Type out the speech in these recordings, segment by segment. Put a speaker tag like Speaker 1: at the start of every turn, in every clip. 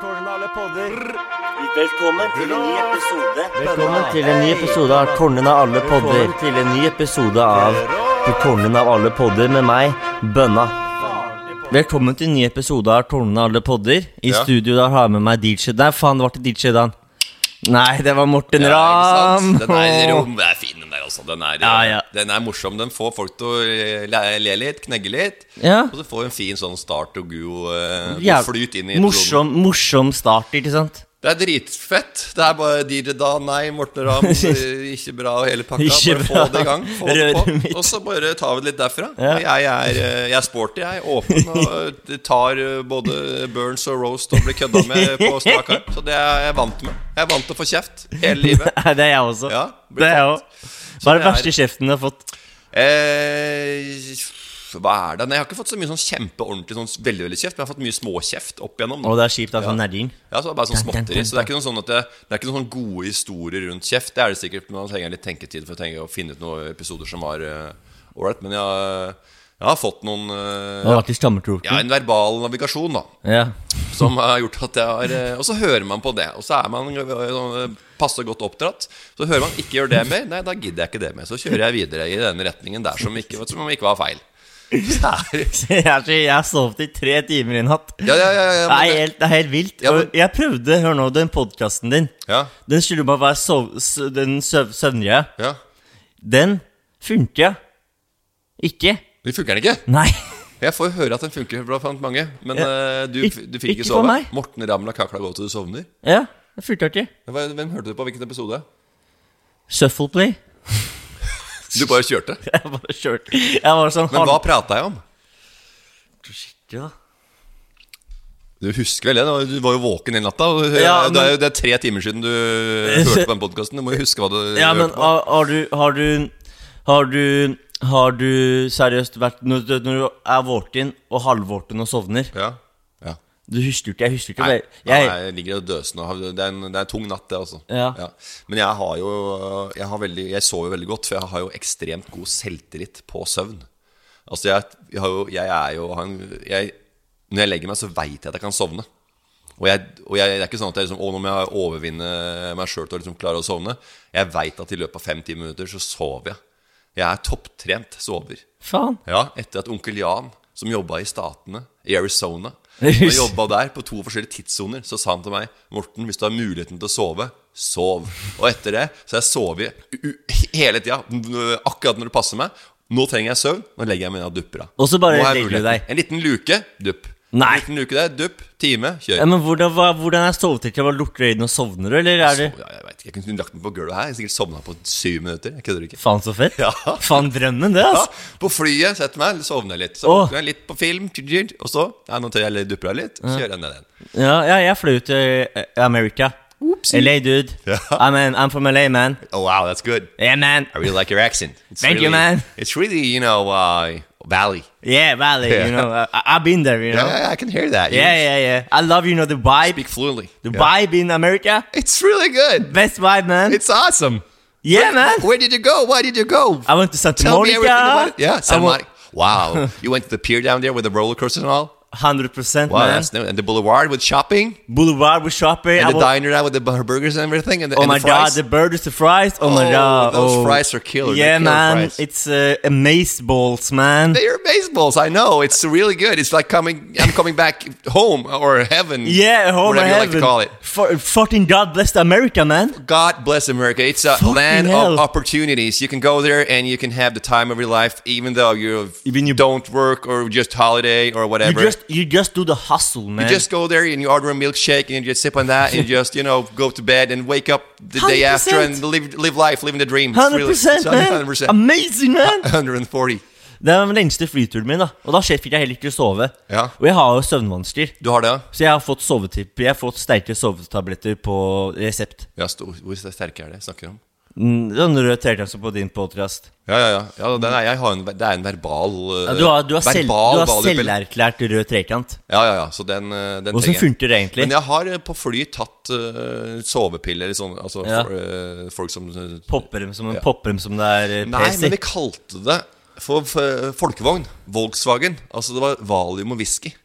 Speaker 1: Kornale podder.
Speaker 2: Velkommen til en ny episode.
Speaker 1: Velkommen til en ny episode av Kornen av alle podder. Til en ny episode av Kornen av alle podder med meg, Bønna. Velkommen til en ny episode av Kornen av alle podder. I
Speaker 3: Ja.
Speaker 1: studio da har jeg med meg DJ Nei, faen, det var ikke DJ Dan. Nei, det var Morten
Speaker 3: Ja, ikke
Speaker 1: Ramm.
Speaker 3: sant? Den er, rom, den er fin, den der også. Den er, eh,
Speaker 1: Ja, ja.
Speaker 3: den er morsom. Den får folk til å eh, le, le litt, knegge litt.
Speaker 1: Ja.
Speaker 3: Og så får du en fin sånn start og god eh,
Speaker 1: Jæv-
Speaker 3: flyt inn i episoden.
Speaker 1: morsom, morsom start, ikke sant?
Speaker 3: Det er dritfett. Det er bare DJ Da, nei, Morten Ramm, eh, ikke bra og hele pakka.
Speaker 1: Ikke bra.
Speaker 3: bare få det i gang. Få det
Speaker 1: Røret
Speaker 3: på.
Speaker 1: mitt.
Speaker 3: Og så bare tar vi det litt derfra.
Speaker 1: Ja.
Speaker 3: Jeg, er, eh, jeg er sporty, jeg. er Åpen og eh, tar eh, både burns og roast og blir kødda med på strak arm. Så det er jeg vant med. Jeg er vant til å få kjeft hele livet.
Speaker 1: Nei, det er jeg også.
Speaker 3: Ja, blir
Speaker 1: det er jeg
Speaker 3: fett.
Speaker 1: også. Hva er den
Speaker 3: det er-
Speaker 1: verste kjeften du har fått?
Speaker 3: Eh, hva er det? Nei, jeg har ikke fått så mye sånn kjempeordentlig sånn veldig veldig kjeft, men jeg har fått mye småkjeft opp igjennom. da.
Speaker 1: Å, det er kjipt, altså.
Speaker 3: Ja.
Speaker 1: Nerring.
Speaker 3: Ja, så det er bare sånn
Speaker 1: Dun, dun,
Speaker 3: småtteri.
Speaker 1: dun,
Speaker 3: Så det er ikke noen sånn at det, det er ikke noen sånn gode historier rundt kjeft. Det er det sikkert, men man trenger litt tenketid for å tenke å finne ut noen episoder som var ålreit. Men jeg, har- jeg har fått noen eh,
Speaker 1: Du har vært i stammetroten.
Speaker 3: ja, en verbal navigasjon, da.
Speaker 1: Ja.
Speaker 3: Som har gjort at jeg har eh, Og så hører man på det. Og så er man eh, sånn, eh, passe godt oppdratt. Så hører man 'ikke gjør det mer', nei, da gidder jeg ikke det mer. Så kjører jeg videre i denne retningen der som ikke, som om ikke var feil. Så
Speaker 1: Jeg,
Speaker 3: det er-
Speaker 1: er så, jeg har sovet i tre timer i natt.
Speaker 3: Ja, ja, ja,
Speaker 1: det,
Speaker 3: ja, men
Speaker 1: er
Speaker 3: det-
Speaker 1: helt, det er helt vilt.
Speaker 3: Ja, men-
Speaker 1: Og jeg prøvde, hør nå, den podkasten din.
Speaker 3: Ja.
Speaker 1: Den skulle bare være sov, s- den søv, søvnige.
Speaker 3: ja.
Speaker 1: Den funker jeg. Ikke.
Speaker 3: Det funker den ikke.
Speaker 1: Nei.
Speaker 3: Jeg får jo høre at den funker blant mange, men
Speaker 1: Ja.
Speaker 3: eh, du,
Speaker 1: Ik-
Speaker 3: du fikk
Speaker 1: ikke
Speaker 3: ikke
Speaker 1: for
Speaker 3: sove.
Speaker 1: meg.
Speaker 3: Morten Ramla kakla gå til du sovner.
Speaker 1: Ja, det funker ikke.
Speaker 3: Hva- Hvem hørte du på? Hvilken episode?
Speaker 1: Shuffleplay.
Speaker 3: Du bare kjørte.
Speaker 1: Jeg bare kjørte. Jeg var sånn
Speaker 3: Men hva prata jeg om?
Speaker 1: Skikkelig, da.
Speaker 3: Du husker vel det? da? Du var jo våken hele natta. og Det
Speaker 1: Ja,
Speaker 3: er- det, er,
Speaker 1: men-
Speaker 3: jo- det er tre timer siden du eh, hørte på den podkasten. Du må jo huske hva du
Speaker 1: Ja, men
Speaker 3: hørte på.
Speaker 1: har, har du Har du Har du har du seriøst vært Når, du- når du er våken og halvvåken og sovner
Speaker 3: Ja. ja.
Speaker 1: Du husker jo ikke Jeg husker ikke
Speaker 3: Nei,
Speaker 1: det.
Speaker 3: jeg,
Speaker 1: Jeg,
Speaker 3: ligger og døser nå. Det er en, det er en tung natt, det, altså.
Speaker 1: Ja.
Speaker 3: Men jeg har jo jeg, har veldig, jeg sover jo veldig godt, for jeg har jo ekstremt god selvtillit på søvn. Altså, jeg, jeg har jo Jeg er jo har en- jeg, Når jeg legger meg, så veit jeg at jeg kan sovne. Og, jeg, og jeg, det er ikke sånn at jeg liksom, å, nå må jeg overvinne meg sjøl til å liksom klare å sovne. Jeg veit at i løpet av fem-ti minutter så sover jeg. Jeg er topptrent sover.
Speaker 1: faen.
Speaker 3: Ja, etter at onkel Jan, som jobba i Statene, i Arizona Han jobba der på to forskjellige tidssoner, så sa han til meg Morten, hvis du har muligheten til å sove, sov. Og etter det så har jeg sovet u- u- hele tida, n- akkurat når det passer meg. Nå trenger jeg søvn, nå legger jeg meg ned og dupper av.
Speaker 1: Og så bare
Speaker 3: Nå har jeg
Speaker 1: legger du
Speaker 3: muligheten.
Speaker 1: deg.
Speaker 3: En liten luke, dupp.
Speaker 1: Nei.
Speaker 3: En liten luke der, dupp, time, kjør.
Speaker 1: Ja, men hvordan, hva, hvordan er sovetrekket? Bare Lukker du øynene og sovner du, eller er det
Speaker 3: Så- ja, jeg vet ikke, jeg kunne lagt meg på gulvet her, jeg sikkert sovna på syv minutter. Jeg kødder ikke.
Speaker 1: Faen så fett.
Speaker 3: Ja.
Speaker 1: Faen drømmen, det,
Speaker 3: Ja,
Speaker 1: altså.
Speaker 3: på flyet, setter meg, sovner jeg litt. Så
Speaker 1: Åh.
Speaker 3: våkner jeg litt på film, og så ja, nå tør jeg litt, dupper jeg litt, så kjører jeg ned igjen.
Speaker 1: Ja, ja jeg fløy ut til eh, America.
Speaker 3: Oopsie.
Speaker 1: LA, dude.
Speaker 3: Yeah.
Speaker 1: I'm, an- I'm from LA, man.
Speaker 3: Oh wow, that's good.
Speaker 1: Yeah, man.
Speaker 3: I really like your accent. It's
Speaker 1: Thank you,
Speaker 3: really-
Speaker 1: man.
Speaker 3: It's really, you know, uh, Valley.
Speaker 1: Yeah, Valley.
Speaker 3: Yeah.
Speaker 1: You know, I, I- I've been there. You know.
Speaker 3: Yeah, I can hear that. You
Speaker 1: Yeah, yeah, yeah. I love you know the vibe.
Speaker 3: Speak fluently.
Speaker 1: the
Speaker 3: Yeah.
Speaker 1: vibe in America,
Speaker 3: It's really good.
Speaker 1: best vibe, man.
Speaker 3: It's awesome.
Speaker 1: yeah,
Speaker 3: Where-
Speaker 1: man.
Speaker 3: Where did you go? Why did you go?
Speaker 1: I went to Santa
Speaker 3: Tell me
Speaker 1: Monica.
Speaker 3: everything about it. Yeah,
Speaker 1: Uh, I
Speaker 3: Santa
Speaker 1: went-
Speaker 3: Monica. Wow. you went to the pier down there with the roller coasters and all?
Speaker 1: Hundred percent,
Speaker 3: Wow,
Speaker 1: man.
Speaker 3: that's new. And the boulevard with shopping?
Speaker 1: Boulevard with shopping.
Speaker 3: And
Speaker 1: I
Speaker 3: the
Speaker 1: was-
Speaker 3: diner now with the bu- burgers and everything? And the,
Speaker 1: Oh
Speaker 3: and
Speaker 1: my
Speaker 3: the fries?
Speaker 1: god, the burgers, the fries. Oh, my
Speaker 3: Oh,
Speaker 1: god,
Speaker 3: those
Speaker 1: oh.
Speaker 3: fries are killer.
Speaker 1: Yeah,
Speaker 3: They're killer
Speaker 1: man,
Speaker 3: fries.
Speaker 1: it's uh, amaze balls, man.
Speaker 3: They are baseballs. I know. It's really good. It's like coming. I'm coming back home or heaven.
Speaker 1: yeah, home
Speaker 3: whatever
Speaker 1: and
Speaker 3: you
Speaker 1: heaven.
Speaker 3: like to call it.
Speaker 1: For, fucking God bless America, man.
Speaker 3: God bless America. It's a
Speaker 1: Fucking
Speaker 3: land
Speaker 1: hell.
Speaker 3: of opportunities. You can go there and you can have the time of your life, even though you
Speaker 1: Even you-
Speaker 3: don't work or just holiday or
Speaker 1: You
Speaker 3: whatever.
Speaker 1: just you just do the hustle,
Speaker 3: You
Speaker 1: man.
Speaker 3: just go there and you order a milkshake and you just sip on that and you just you know go to bed and wake up the day after
Speaker 1: 100%.
Speaker 3: and live live life, living the dream. It's
Speaker 1: Hundred
Speaker 3: really-
Speaker 1: percent,
Speaker 3: it's
Speaker 1: man.
Speaker 3: 100%.
Speaker 1: Amazing, man.
Speaker 3: 140.
Speaker 1: Det var den lengste flyturen min, da. Og da skjer- fikk jeg heller ikke sove.
Speaker 3: Ja.
Speaker 1: Og jeg har jo søvnvansker,
Speaker 3: Du har det?
Speaker 1: så jeg har fått sovetipp. Jeg har fått sterke sovetabletter på resept.
Speaker 3: Ja, stor, hvor sterk er det? Snakker du om?
Speaker 1: Mm, Den røde tertjassen på din podcast
Speaker 3: Ja, ja, ja. ja den er, jeg har en, det er en verbal
Speaker 1: Ja, du har, du har, selv, du har
Speaker 3: valgpille.
Speaker 1: selverklært rød trekant.
Speaker 3: Ja, ja, ja. Så den, eh, den
Speaker 1: Hvordan
Speaker 3: trenger jeg.
Speaker 1: funker det egentlig?
Speaker 3: Men jeg har eh, på fly tatt eh, sovepiller, sånn, altså
Speaker 1: Ja.
Speaker 3: for, eh, folk som eh,
Speaker 1: Popper dem som,
Speaker 3: Ja.
Speaker 1: popper dem som det er eh,
Speaker 3: Nei,
Speaker 1: pes i?
Speaker 3: men vi kalte det for, for folkevogn. Volkswagen. Altså det var valium og whisky.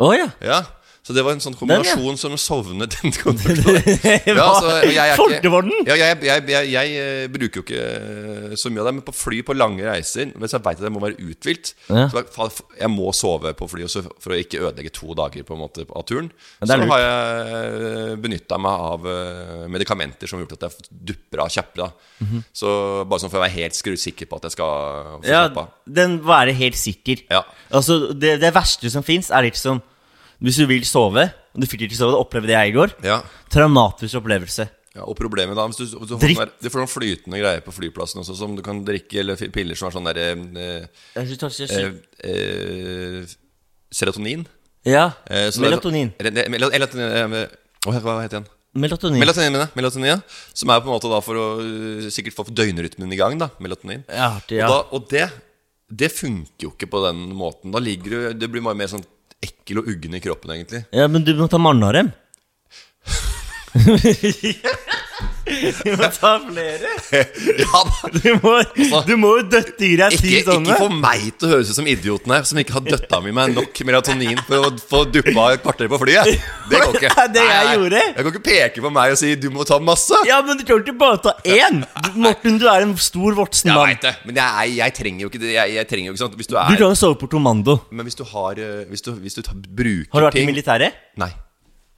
Speaker 1: Å ja.
Speaker 3: Ja. Så det var en sånn
Speaker 1: ja.
Speaker 3: kombinasjon som sovnet den kontakten. Ja, altså, jeg er ikke-
Speaker 1: Folkevognen?
Speaker 3: Ja, jeg, jeg, jeg, jeg eh, bruker jo ikke eh, så mye av det, men på fly på lange reiser Hvis jeg veit at jeg må være uthvilt
Speaker 1: Ja.
Speaker 3: så jeg, fa- Jeg må sove på fly også for å ikke ødelegge to dager på en måte av turen.
Speaker 1: Ja, det
Speaker 3: Så
Speaker 1: er lurt.
Speaker 3: har jeg benytta meg av eh, medikamenter som har gjort at jeg dupper av kjappere. da.
Speaker 1: Mhm.
Speaker 3: Så Bare sånn for å være helt skrusikker på at jeg skal få
Speaker 1: ja.
Speaker 3: slappe av.
Speaker 1: Den være helt sikker.
Speaker 3: Ja.
Speaker 1: Altså, det, det verste som fins, er liksom Hvis du vil sove, og du fikk ikke sove, det opplevde jeg i går.
Speaker 3: Ja.
Speaker 1: Traumatisk opplevelse.
Speaker 3: Ja, og problemet da hvis du, hvis du, får
Speaker 1: Drikk.
Speaker 3: sånn der- du får noen flytende greier på flyplassen også, som du kan drikke, eller f- piller som er sånn derre
Speaker 1: Jeg synes kanskje jeg
Speaker 3: eh,
Speaker 1: sy-
Speaker 3: eh, Serotonin.
Speaker 1: Ja.
Speaker 3: Eh, så det er-
Speaker 1: Melatonin.
Speaker 3: Eller- det- mel- Melatonin eh, Hva hva heter den?
Speaker 1: Melatonin.
Speaker 3: Melatonin, mener jeg. Melatonin, ja. Som er på en måte da for å eh, sikkert få døgnrytmen i gang, da. Melatonin.
Speaker 1: Ja, artig, ja.
Speaker 3: Og, da, og det, det funker jo ikke på den måten. Da ligger du Det blir bare mer sånn ekkel og uggen i kroppen, egentlig.
Speaker 1: Ja, men du må ta Marnarem. du må ta flere.
Speaker 3: Ja, da.
Speaker 1: Du må, du må jo døtte i deg ti
Speaker 3: Altså, Ikke,
Speaker 1: sånne.
Speaker 3: ikke få meg til å høres ut som idioten her, som ikke har døtta mi med nok melatonin for å få duppa et kvarter på flyet. Det går ikke.
Speaker 1: Det jeg
Speaker 3: Nei, nei.
Speaker 1: gjorde.
Speaker 3: Jeg kan ikke peke på meg og si 'du må ta masse'.
Speaker 1: Ja, men du kan ikke bare ta én! Du- Morten, du er en stor voksen
Speaker 3: Jeg
Speaker 1: mann.
Speaker 3: veit det, men jeg, er- jeg trenger jo ikke det. Jeg, jeg trenger jo ikke sånt. Hvis
Speaker 1: Du
Speaker 3: du er
Speaker 1: kan jo sove på Tormando.
Speaker 3: Men hvis du har eh, Hvis du, hvis du tar, bruker
Speaker 1: Har du vært i
Speaker 3: ting
Speaker 1: militæret?
Speaker 3: Nei.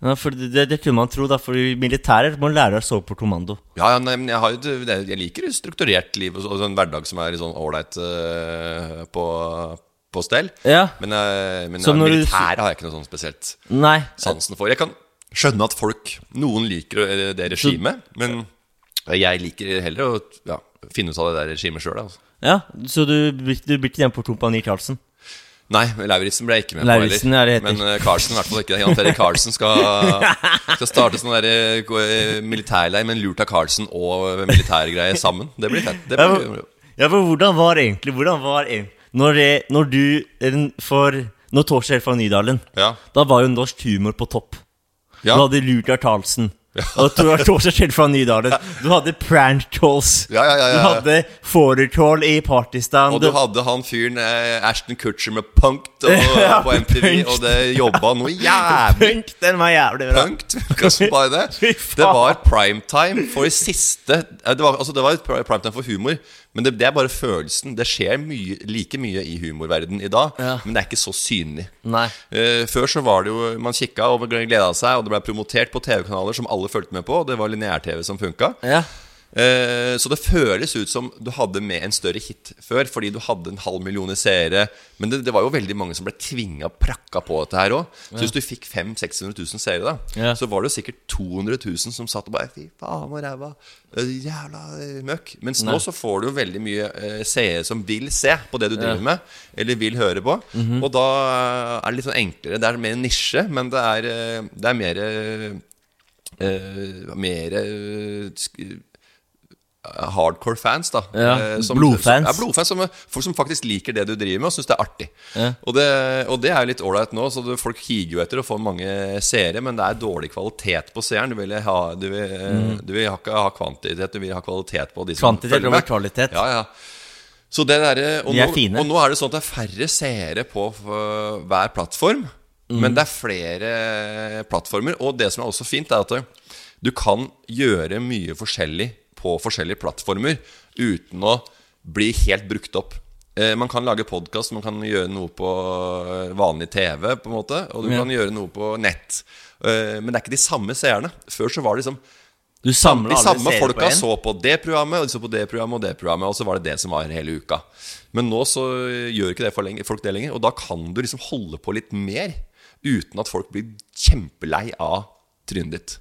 Speaker 1: Ja, for det, det- det kunne man tro, da. For i militæret må man lære å sove på Tormando.
Speaker 3: Ja, ja, nei, men jeg, har, jo det- det- jeg liker strukturert liv og så- og sånn hverdag som er litt sånn ålreit eh, på, på stell.
Speaker 1: Ja.
Speaker 3: Men, eh, men
Speaker 1: Som når du-
Speaker 3: militæret har jeg ikke noe sånn spesielt.
Speaker 1: Nei.
Speaker 3: sansen for. Jeg kan skjønne at folk Noen liker eh, det regimet, men jeg liker heller å ja, finne ut av det der regimet sjøl. Altså.
Speaker 1: Ja, Så du, blir- du blir ikke den på Kompani Karlsen?
Speaker 3: Nei, Lauritzen ble jeg ikke med
Speaker 1: Lauritzen,
Speaker 3: på
Speaker 1: ja, det
Speaker 3: heller.
Speaker 1: heter.
Speaker 3: Men eh, Carlsen i hvert fall ikke. Jan Terje Carlsen skal, skal starte sånn der, eh, gå- eh, militærleir med en lurt av Carlsen og eh, militærgreie sammen. Det blir fett. Det
Speaker 1: Ja, men,
Speaker 3: blir,
Speaker 1: ja, men hvordan var det egentlig Hvordan var det egentlig- Når, det, når du en- For Når Torskjell fra Nydalen
Speaker 3: Ja.
Speaker 1: Da var jo norsk humor på topp
Speaker 3: ja.
Speaker 1: Du hadde lurt av Karlsen Og Tor- Torskjell fra Nydalen Du hadde prank calls
Speaker 3: Ja, ja, ja, ja,
Speaker 1: Du
Speaker 3: ja.
Speaker 1: hadde forecall i Pakistan
Speaker 3: Og du hadde han fyren eh, Ashton Kutcher med punkt og,
Speaker 1: Ja,
Speaker 3: på MTV,
Speaker 1: Punkt.
Speaker 3: og det jobba noe jævlig
Speaker 1: Punk, den var jævlig bra
Speaker 3: Punkt. Kan jeg bare det.
Speaker 1: Fy faen.
Speaker 3: Det var primetime for siste eh, Det var, altså, det var et pri- primetime for humor, men det, det er bare følelsen. Det skjer mye, like mye i humorverden i dag,
Speaker 1: Ja.
Speaker 3: men det er ikke så synlig.
Speaker 1: Nei.
Speaker 3: Eh, før så var det jo Man kikka og gleda seg, og det ble promotert på TV-kanaler som alle fulgte med på. og Det var lineær-TV som funka.
Speaker 1: Ja
Speaker 3: Eh, Så det føles ut som du hadde med en større hit før, fordi du hadde en halv million i seere. Men det, det var jo veldig mange som ble tvinga og prakka på dette her òg. Så hvis du fikk 500 000-600 000 seere, da,
Speaker 1: Ja.
Speaker 3: så var det jo sikkert 200 000 som satt og bare Fy faen og ræva. eh, Jævla eh, møkk. Mens nå så får du jo veldig mye eh, seere som vil se på det du driver med, eller vil høre på. Og da er det litt sånn enklere. Det er mer nisje, men det er, eh, det er mer eh, eh, mer eh, sk- eh, hardcore fans, da.
Speaker 1: Ja,
Speaker 3: Eh,
Speaker 1: blodfans.
Speaker 3: Ja, blodfans som, folk som faktisk liker det du driver med, og syns det er artig. Og, det, og det er jo litt ålreit nå, så du, folk higer jo etter å få mange seere, men det er dårlig kvalitet på seeren. Du vil, ha, du vil, eh, du vil ha, ikke ha kvantitet, du vil ha kvalitet på de som
Speaker 1: Mm. Kvantitet
Speaker 3: følger
Speaker 1: over
Speaker 3: med.
Speaker 1: kvalitet.
Speaker 3: Ja, ja. Så det der, og,
Speaker 1: De er
Speaker 3: nå,
Speaker 1: fine.
Speaker 3: og nå er det sånn at det er færre seere på øh, hver plattform,
Speaker 1: Mhm.
Speaker 3: men det er flere plattformer. Og det som er også fint, er at eh, du kan gjøre mye forskjellig på forskjellige plattformer uten å bli helt brukt opp. Eh, Man kan lage podkast, man kan gjøre noe på øh, vanlig TV, på en måte, og du
Speaker 1: Ja.
Speaker 3: kan gjøre noe på nett. Eh, Men det er ikke de samme seerne. Før så var det liksom
Speaker 1: Du samler
Speaker 3: de
Speaker 1: alle
Speaker 3: samme
Speaker 1: seere på
Speaker 3: folka
Speaker 1: én.
Speaker 3: så på det programmet, og de så på det programmet og det programmet, og så var det det som var hele uka. Men nå så gjør ikke det for lenge, folk det lenger, og da kan du liksom holde på litt mer uten at folk blir kjempelei av trynet ditt.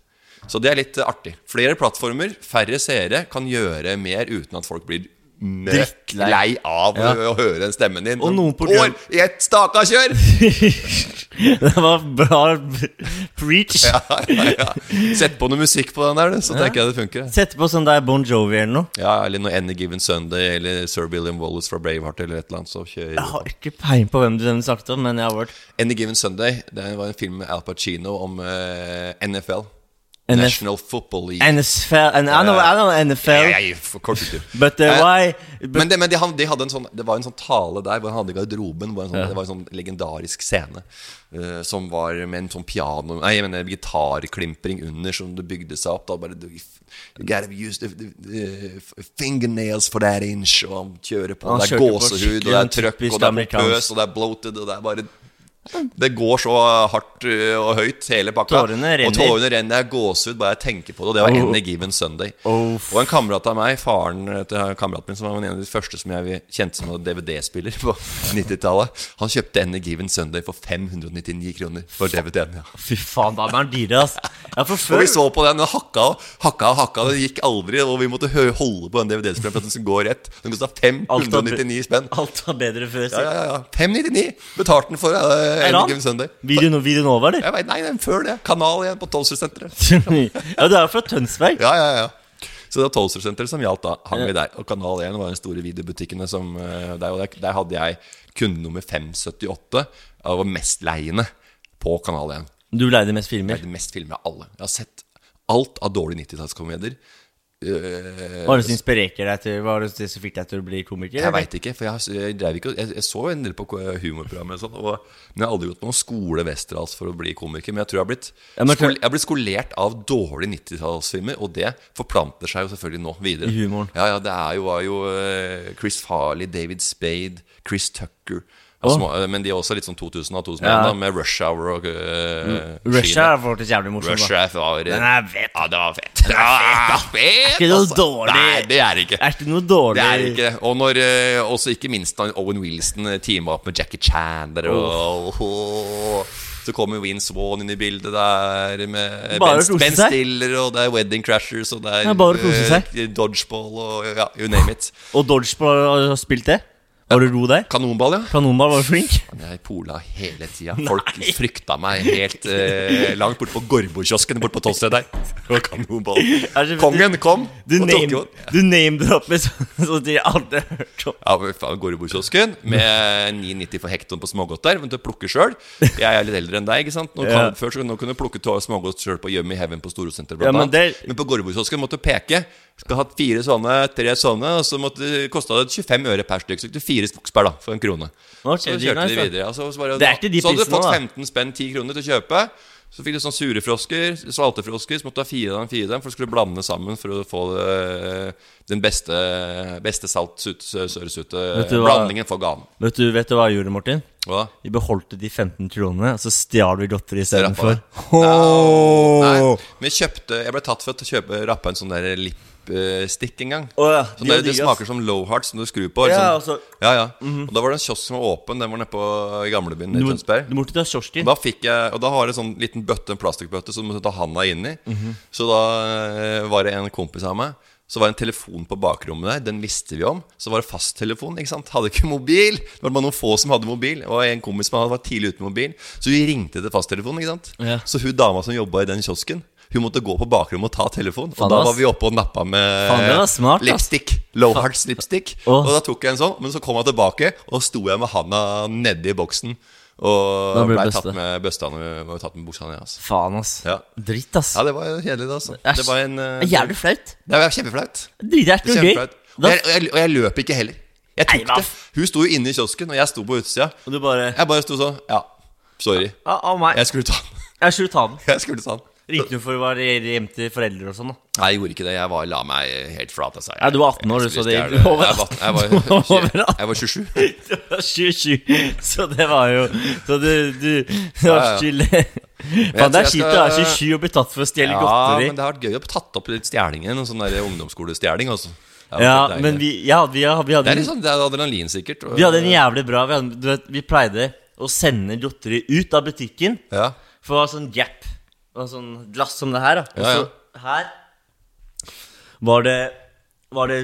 Speaker 3: Så det er litt eh, artig. Flere plattformer, færre seere, kan gjøre mer uten at folk blir møkk
Speaker 1: Drittlei.
Speaker 3: lei av
Speaker 1: Ja.
Speaker 3: å, å høre den stemmen din.
Speaker 1: Og noen program-
Speaker 3: År i et stakakjør!
Speaker 1: Det var bra preach.
Speaker 3: Ja, ja, ja. Sett på noe musikk på den der, du, så tenker jeg det funker.
Speaker 1: Sette på sånn der Bon Jovi eller noe.
Speaker 3: Ja, eller noe Any Given Sunday Eller Sir William Wallace fra Braveheart Eller et eller annet Så kjører
Speaker 1: Jeg har ikke peiling på hvem du den snakket om, men jeg har vært
Speaker 3: Any Given Sunday Det var en film med Al Pacino Om eh, NFL
Speaker 1: NF
Speaker 3: National Football League
Speaker 1: NFL and I know, I know NFL,
Speaker 3: Ja, ja, for kort utdyp.
Speaker 1: but uh,
Speaker 3: Eh,
Speaker 1: why but,
Speaker 3: men det, men de, han- de hadde en sånn, det var en sånn tale der hvor han hadde i garderoben. Hvor en sånn, Det var en sånn legendarisk scene eh, som var med en sånn piano Nei, jeg mener gitarklimpring under som det bygde seg opp. Da bare du, You gotta use the, the, the fingernails for that inch. Og han kjører på.
Speaker 1: Han
Speaker 3: det er
Speaker 1: kjørte på
Speaker 3: gåsehud, og det
Speaker 1: skikkelig
Speaker 3: er trøkk,
Speaker 1: typisk
Speaker 3: og det er
Speaker 1: amerikansk.
Speaker 3: pompøs, og det er bloated, og det er bare det går så hardt ø, og høyt, hele pakka.
Speaker 1: Tårene renner.
Speaker 3: Og tårene renner. Jeg har gåsehud bare jeg tenker på det. Og det var
Speaker 1: Oh.
Speaker 3: Any Given Sunday.
Speaker 1: Oh.
Speaker 3: Og en kamerat av meg, faren til kameraten min, som var en av de første som jeg kjente som DVD-spiller på 90-tallet, han kjøpte Any Given Sunday for 599 kroner for DVD-en. Ja.
Speaker 1: Fy faen, da er den dyre, ass. Ja, for
Speaker 3: Og
Speaker 1: før
Speaker 3: vi så på den, den hakka og hakka og hakka. Den gikk aldri, og vi måtte hø- holde på den DVD-spilleren for at den skulle gå rett. Den kosta
Speaker 1: Alt var be-
Speaker 3: 599 spenn.
Speaker 1: alt var bedre før.
Speaker 3: Ja, ja, ja. 599 betalte den for uh, Any
Speaker 1: han?
Speaker 3: Given Sunday.
Speaker 1: Videoen videoen over, eller?
Speaker 3: Jeg vet, nei, den før det. Kanal igjen på Tollsrud-senteret.
Speaker 1: ja, du er jo fra Tønsberg.
Speaker 3: Ja, ja, ja. Så det var Tollsrud-senteret som gjaldt da. Hang vi der. Og Kanal 1 var den store videobutikkene som eh, der, og der, der hadde jeg kunde nummer 578 av mestleiende på Kanal 1.
Speaker 1: Du leide mest
Speaker 3: Det
Speaker 1: filmer.
Speaker 3: er det mest filmer av alle. Jeg har sett alt av dårlige 90-tallskomedier. Eh,
Speaker 1: Hva er det som inspirerer deg til Hva er det som fikk deg til å bli komiker?
Speaker 3: Jeg
Speaker 1: eller?
Speaker 3: veit ikke, for jeg, har- jeg, drev ikke, og- jeg, jeg så en del på ko- humorprogrammer og sånn. og- Men jeg har aldri gått på noen skole Westerdals for å bli komiker. Men jeg tror jeg har blitt,
Speaker 1: Ja, men-
Speaker 3: skol, jeg har blitt skolert av dårlige 90-tallsfilmer, og det forplanter seg jo selvfølgelig nå videre.
Speaker 1: I humoren.
Speaker 3: Ja, ja, det er jo, var jo eh, Chris Farley, David Spade, Chris Tucker altså, må- Men de er også litt sånn 2000 og 2001,
Speaker 1: Ja. Mm.
Speaker 3: da, med Rush Hour og uh,
Speaker 1: Russia er faktisk jævlig morsom.
Speaker 3: Rush
Speaker 1: da.
Speaker 3: Hour var
Speaker 1: altså. Den er fett.
Speaker 3: Ja, det var fett. Den er fett,
Speaker 1: ikke noe
Speaker 3: altså.
Speaker 1: dårlig.
Speaker 3: Nei, det er det ikke.
Speaker 1: Det er ikke noe dårlig
Speaker 3: Det er det ikke. Og når eh, også ikke minst da Owen Wilson eh, teamet opp med Jackie Chan der, og, og- Så kommer Win Swan inn i bildet der med
Speaker 1: Bare å
Speaker 3: ben,
Speaker 1: kose
Speaker 3: ben
Speaker 1: seg.
Speaker 3: Stiller, og det er Wedding Crashers, og det er
Speaker 1: Ja, bare å kose
Speaker 3: eh,
Speaker 1: seg.
Speaker 3: dodgeball og ja, you name it.
Speaker 1: Og dodgeball har du spilt det? Var du god der?
Speaker 3: Kanonball, ja.
Speaker 1: Kanonball var du flink?
Speaker 3: Jeg pola hele tida. Folk frykta meg helt eh, langt borte på Gorbokiosken borte på Tollsted der. Og kanonball.
Speaker 1: Altså,
Speaker 3: Kongen kom
Speaker 1: Du
Speaker 3: og tok jo
Speaker 1: name- du name-dropper name sånn at jeg aldri har hørt om.
Speaker 3: Ja, men faen, Gorbokiosken med 9,90 for hekton på smågodt der. Men til å plukke sjøl. Jeg er litt eldre enn deg. ikke sant? Nå kan,
Speaker 1: Ja.
Speaker 3: Før så kunne- nå kunne du plukke tå- smågodt sjøl på Yummy Heaven på Storosenteret.
Speaker 1: Ja, men
Speaker 3: blant annet.
Speaker 1: det-
Speaker 3: men på Gorbokiosken måtte du peke. Skal ha hatt fire sånne, tre sånne, og så måtte, kosta det 25 øre per stykk. Så fikk du fire skogsbær da, for en krone.
Speaker 1: Ok,
Speaker 3: så
Speaker 1: det er
Speaker 3: kjørte
Speaker 1: nice,
Speaker 3: de
Speaker 1: da.
Speaker 3: videre. og så- så, bare,
Speaker 1: Det er ikke de
Speaker 3: så hadde du
Speaker 1: prisene nå,
Speaker 3: fått
Speaker 1: da.
Speaker 3: 15 spenn, 10 kroner til å kjøpe. Så fikk du sånn sure frosker, svaltefrosker, så måtte du ha fire av dem, fire av dem, for du skulle blande sammen for å få det, den beste, beste salt-søre-sute
Speaker 1: Vet du hva?
Speaker 3: blandingen for ganen.
Speaker 1: Vet du, vet du hva jeg gjorde, Martin?
Speaker 3: Hva da?
Speaker 1: Vi beholdt de 15 kronene, og så stjal vi godteri
Speaker 3: Rappa
Speaker 1: istedenfor.
Speaker 3: det. Nei, men jeg kjøpte Jeg ble tatt for å kjøpe rappa en sånn der lippstick en gang.
Speaker 1: Å ja,
Speaker 3: Sånn
Speaker 1: de var
Speaker 3: der, det
Speaker 1: digg, ass.
Speaker 3: smaker som low heart som du skrur på.
Speaker 1: Ja,
Speaker 3: eller sånn.
Speaker 1: altså-
Speaker 3: ja, ja. Og da var det en kiosk som var åpen, den var nede på gamlebyen i
Speaker 1: Du, må-
Speaker 3: Tønsberg.
Speaker 1: du måtte ta kiosken.
Speaker 3: Da fikk jeg, og da har jeg en sånn liten bøtte, en plastikkbøtte, som du måtte ta handa inn i.
Speaker 1: Mhm.
Speaker 3: Så da eh, var det en kompis av meg. Så var det en telefon på bakrommet der, den visste vi om. Så var det fasttelefon, ikke sant. Hadde ikke mobil. Det var bare noen få som hadde mobil, og en kompis som hadde vært tidlig ute med mobil. Så vi ringte til fasttelefonen, ikke sant.
Speaker 1: Ja.
Speaker 3: Så hun dama som jobba i den kiosken, Hun måtte gå på bakrommet og ta telefonen.
Speaker 1: Faen,
Speaker 3: Og da
Speaker 1: ass.
Speaker 3: var vi oppe og nappa med
Speaker 1: Faen, det var smart, ass.
Speaker 3: lipstick. Lowhearts lipstick.
Speaker 1: Åh.
Speaker 3: Og da tok jeg en sånn, men så kom jeg tilbake, og sto jeg med handa nedi boksen. Og
Speaker 1: Da ble
Speaker 3: ble,
Speaker 1: det
Speaker 3: tatt
Speaker 1: bøste.
Speaker 3: med bøsta når tatt med buksa ned. Altså.
Speaker 1: Faen, ass.
Speaker 3: Ja.
Speaker 1: Dritt, ass.
Speaker 3: Ja, det var kjedelig, det. Altså.
Speaker 1: Æsj.
Speaker 3: Det var en eh,
Speaker 1: Det er Jævlig flaut.
Speaker 3: Det var kjempeflaut.
Speaker 1: Dritært
Speaker 3: Det
Speaker 1: og
Speaker 3: er
Speaker 1: gøy.
Speaker 3: kjempeflaut. Og
Speaker 1: Da-
Speaker 3: jeg, og, jeg, og jeg løp ikke heller. Jeg tok
Speaker 1: Nei, hva
Speaker 3: det. Hun sto jo inne i kiosken, og jeg sto på utsida.
Speaker 1: Og du bare
Speaker 3: Jeg bare sto sånn. Ja, sorry.
Speaker 1: Au, au, meg.
Speaker 3: Jeg skulle ta den.
Speaker 1: Jeg skulle ta den.
Speaker 3: Jeg skulle ta den.
Speaker 1: Ringte du for å være hjem til foreldre og sånn, da?
Speaker 3: Nei, jeg gjorde ikke det. Jeg var, la meg helt flat. Altså.
Speaker 1: Ja, du var 18 år,
Speaker 3: Jeg skulle
Speaker 1: så det
Speaker 3: stjele-
Speaker 1: gikk over.
Speaker 3: Jeg var, jeg var,
Speaker 1: Du var over, da.
Speaker 3: jeg var 27.
Speaker 1: Det var 27, så det var jo Så du, du det
Speaker 3: Ja,
Speaker 1: var
Speaker 3: ja.
Speaker 1: chill. Faen, det er
Speaker 3: jeg
Speaker 1: kjipt å
Speaker 3: skal-
Speaker 1: være 27 og bli tatt for å stjele
Speaker 3: Ja,
Speaker 1: godteri.
Speaker 3: men det har vært gøy å bli tatt opp i litt stjelingen. En sånn der ungdomsskolestjeling. Altså. Det er- det
Speaker 1: Ja,
Speaker 3: er-
Speaker 1: men vi, ja, vi, ja, vi,
Speaker 3: Det
Speaker 1: hadde,
Speaker 3: er litt sånn, det er adrenalin, sikkert. og-
Speaker 1: vi hadde en jævlig bra Vi, hadde, du vet, vi pleide å sende godteri ut av butikken.
Speaker 3: Ja.
Speaker 1: For det var sånn gap. Det var sånn glass som det her, da. Og
Speaker 3: Ja, ja.
Speaker 1: så her var det Var det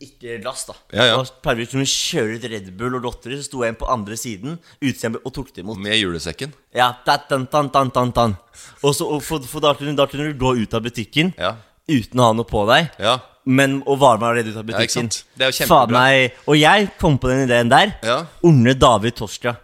Speaker 1: ikke glass, da.
Speaker 3: Ja, ja.
Speaker 1: Da pleide vi å kunne kjøre ut Red Bull og godteri, så sto en på andre siden utsiden, og tok det imot.
Speaker 3: Med julesekken.
Speaker 1: Ja, da, dan, dan, dan, dan, dan. Og så, og for, for da, kunne, da kunne du gå ut av butikken
Speaker 3: Ja.
Speaker 1: uten å ha noe på deg.
Speaker 3: Ja.
Speaker 1: Men og varen var allerede ute av
Speaker 3: Ja, ikke
Speaker 1: butikken.
Speaker 3: sant? Det er jo kjempebra.
Speaker 1: Faen meg. Og jeg kom på den ideen der.
Speaker 3: Ja.
Speaker 1: Onde David Torska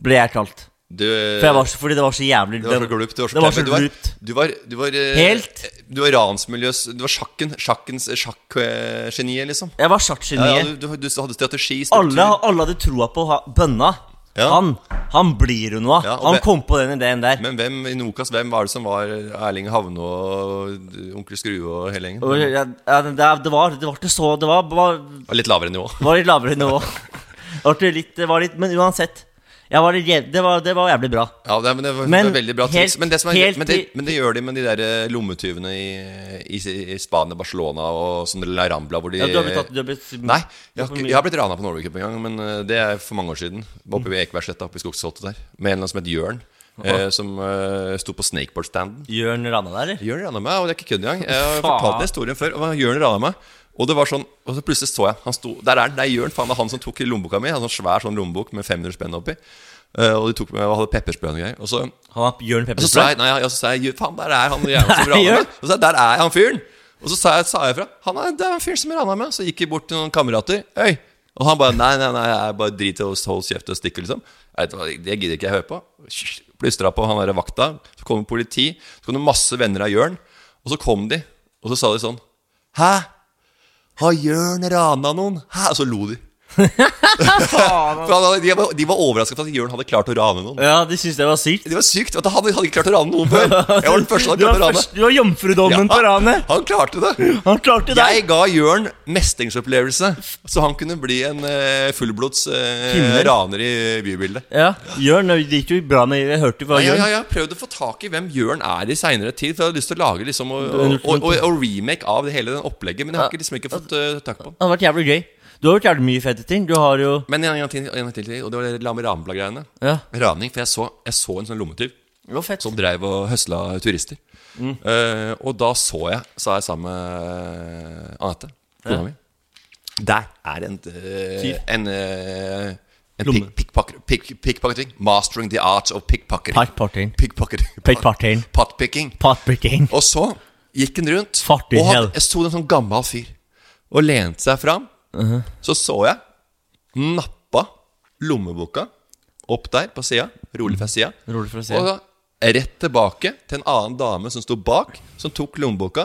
Speaker 1: ble jeg kalt.
Speaker 3: Du,
Speaker 1: For jeg var så, fordi det var så jævlig
Speaker 3: Du var for glupt. Du var,
Speaker 1: Det var så
Speaker 3: du var,
Speaker 1: glupt.
Speaker 3: Du var, du var, eh,
Speaker 1: Helt.
Speaker 3: Du var ransmiljøs Du var sjakken. Sjakkens sjakkgeniet, liksom.
Speaker 1: Jeg var sjakkgeniet.
Speaker 3: Ja, ja, du, du, du hadde strategi,
Speaker 1: alle,
Speaker 3: struktur.
Speaker 1: alle hadde troa på ha- Bønna.
Speaker 3: Ja.
Speaker 1: Han, han blir jo noe av.
Speaker 3: Ja, og
Speaker 1: han
Speaker 3: ve-
Speaker 1: kom på den ideen der.
Speaker 3: Men hvem i Nokas, hvem var det som var Erling Havne og Onkel Skrue og hele gjengen?
Speaker 1: Og, jeg- jeg- det, det, var, det var ikke så Det var, var
Speaker 3: Det var Litt lavere nivå.
Speaker 1: Det var litt lavere nivå. Det var ikke litt, det var litt, men uansett. Jeg var, litt jæv- det, var, det var jævlig bra.
Speaker 3: Ja, det, men det var,
Speaker 1: Men
Speaker 3: det var veldig bra
Speaker 1: helt-
Speaker 3: tips. Men det, som er,
Speaker 1: helt
Speaker 3: men, det,
Speaker 1: i-
Speaker 3: men det gjør de med de der eh, lommetyvene i, i, i Spania, Barcelona og sånne La Rambla hvor de
Speaker 1: Ja, du har blitt tatt du har blitt,
Speaker 3: Nei, jeg har,
Speaker 1: for
Speaker 3: ikke-
Speaker 1: mye.
Speaker 3: jeg har blitt rana på Norway Cup en gang, men eh, det er for mange år siden. Oppe ved Ekebergsletta oppe i Skogsholtet der. Med en eller annen som het Jørn, eh, som eh, sto på snakeboardstanden.
Speaker 1: Jørn Ranna der, eller?
Speaker 3: Jørn rana meg, og det er ikke kødd engang. Jeg har
Speaker 1: Faen.
Speaker 3: fortalt den historien før. Og Jørn rana meg Og det var sånn Og så plutselig så jeg han sto, Der er han, det er Jørn. Faen, det er han som tok lommeboka mi. Han hadde sånn svær sånn lommebok med 500 spenn oppi. Eh, og de tok med og hadde pepperspray og greier. Og så, og
Speaker 1: Han var Jørn
Speaker 3: Altså, så sa
Speaker 1: Pepperspray.
Speaker 3: jeg Nei, ja, så sa jeg Faen, der er han jævla
Speaker 1: Der
Speaker 3: som
Speaker 1: er
Speaker 3: rana
Speaker 1: Jørn.
Speaker 3: meg. Og så sa jeg, der er han fyren. Og så sa jeg, sa jeg fra. Han er, det er han fyren som rana meg. Så gikk jeg bort til noen kamerater. Øy. Og han bare Nei, nei, nei, jeg bare drit i å holde kjeft og stikke, liksom. Jeg vet, hva, det gidder ikke jeg høre på. Plystra på han der vakta. Så kom det politi. Så kom det masse venner av Jørn. Og så kom de, og så sa de sånn Hæ? Har Jørn rana noen? Hæ? Og så lo de. For han, hadde- de var, de var overraska for at Jørn hadde klart å rane noen.
Speaker 1: Ja, de syntes det var sykt.
Speaker 3: Det var sykt. at Han hadde ikke klart å rane noen før. Jeg var den første han
Speaker 1: Du var,
Speaker 3: klarte å rane.
Speaker 1: først, du var jomfrudommen på ranet.
Speaker 3: han klarte det.
Speaker 1: Han klarte det.
Speaker 3: Jeg ga Jørn mestringsopplevelse, så han kunne bli en eh, fullblods eh,
Speaker 1: Kvinner.
Speaker 3: raner i bybildet.
Speaker 1: Ja, Jørn, det gikk jo bra med Jeg hørte jo hva
Speaker 3: Ja, ja,
Speaker 1: Jørn
Speaker 3: ja, ja. Prøvd å få tak i hvem Jørn er i seinere tid. For jeg hadde lyst til å lage liksom og, og, og, og, og remake av det hele den opplegget, men jeg har ikke, liksom ikke fått eh, tak på den.
Speaker 1: Det har vært jævlig gøy. Du har gjort jævlig mye fete ting. Du har jo
Speaker 3: Men en gang til, en gang til og det var det la med Rambla-greiene.
Speaker 1: Ja.
Speaker 3: Raning. For jeg så, jeg så en sånn lommetyv
Speaker 1: Det var fett. Mm.
Speaker 3: som dreiv og høsla turister. Eh, og da så jeg, sa jeg sammen med Anette, kona mi Der er en eh,
Speaker 1: Tyv.
Speaker 3: En, eh, en
Speaker 1: Lomme.
Speaker 3: pick- pickpocket- pick- pickpocketing. Mastering the art of pickpocketing.
Speaker 1: Pickpocketing.
Speaker 3: Pickpocketing.
Speaker 1: Pickpocketing.
Speaker 3: Potpicking.
Speaker 1: Potbricking.
Speaker 3: Og så gikk han rundt,
Speaker 1: Fart i
Speaker 3: og
Speaker 1: hell.
Speaker 3: jeg sto en sånn gammel fyr og lente seg fram.
Speaker 1: Uh-huh.
Speaker 3: Så så jeg nappa lommeboka opp der på sida, rolig fra sida,
Speaker 1: Rolig fra siden.
Speaker 3: og da rett tilbake til en annen dame som sto bak, som tok lommeboka.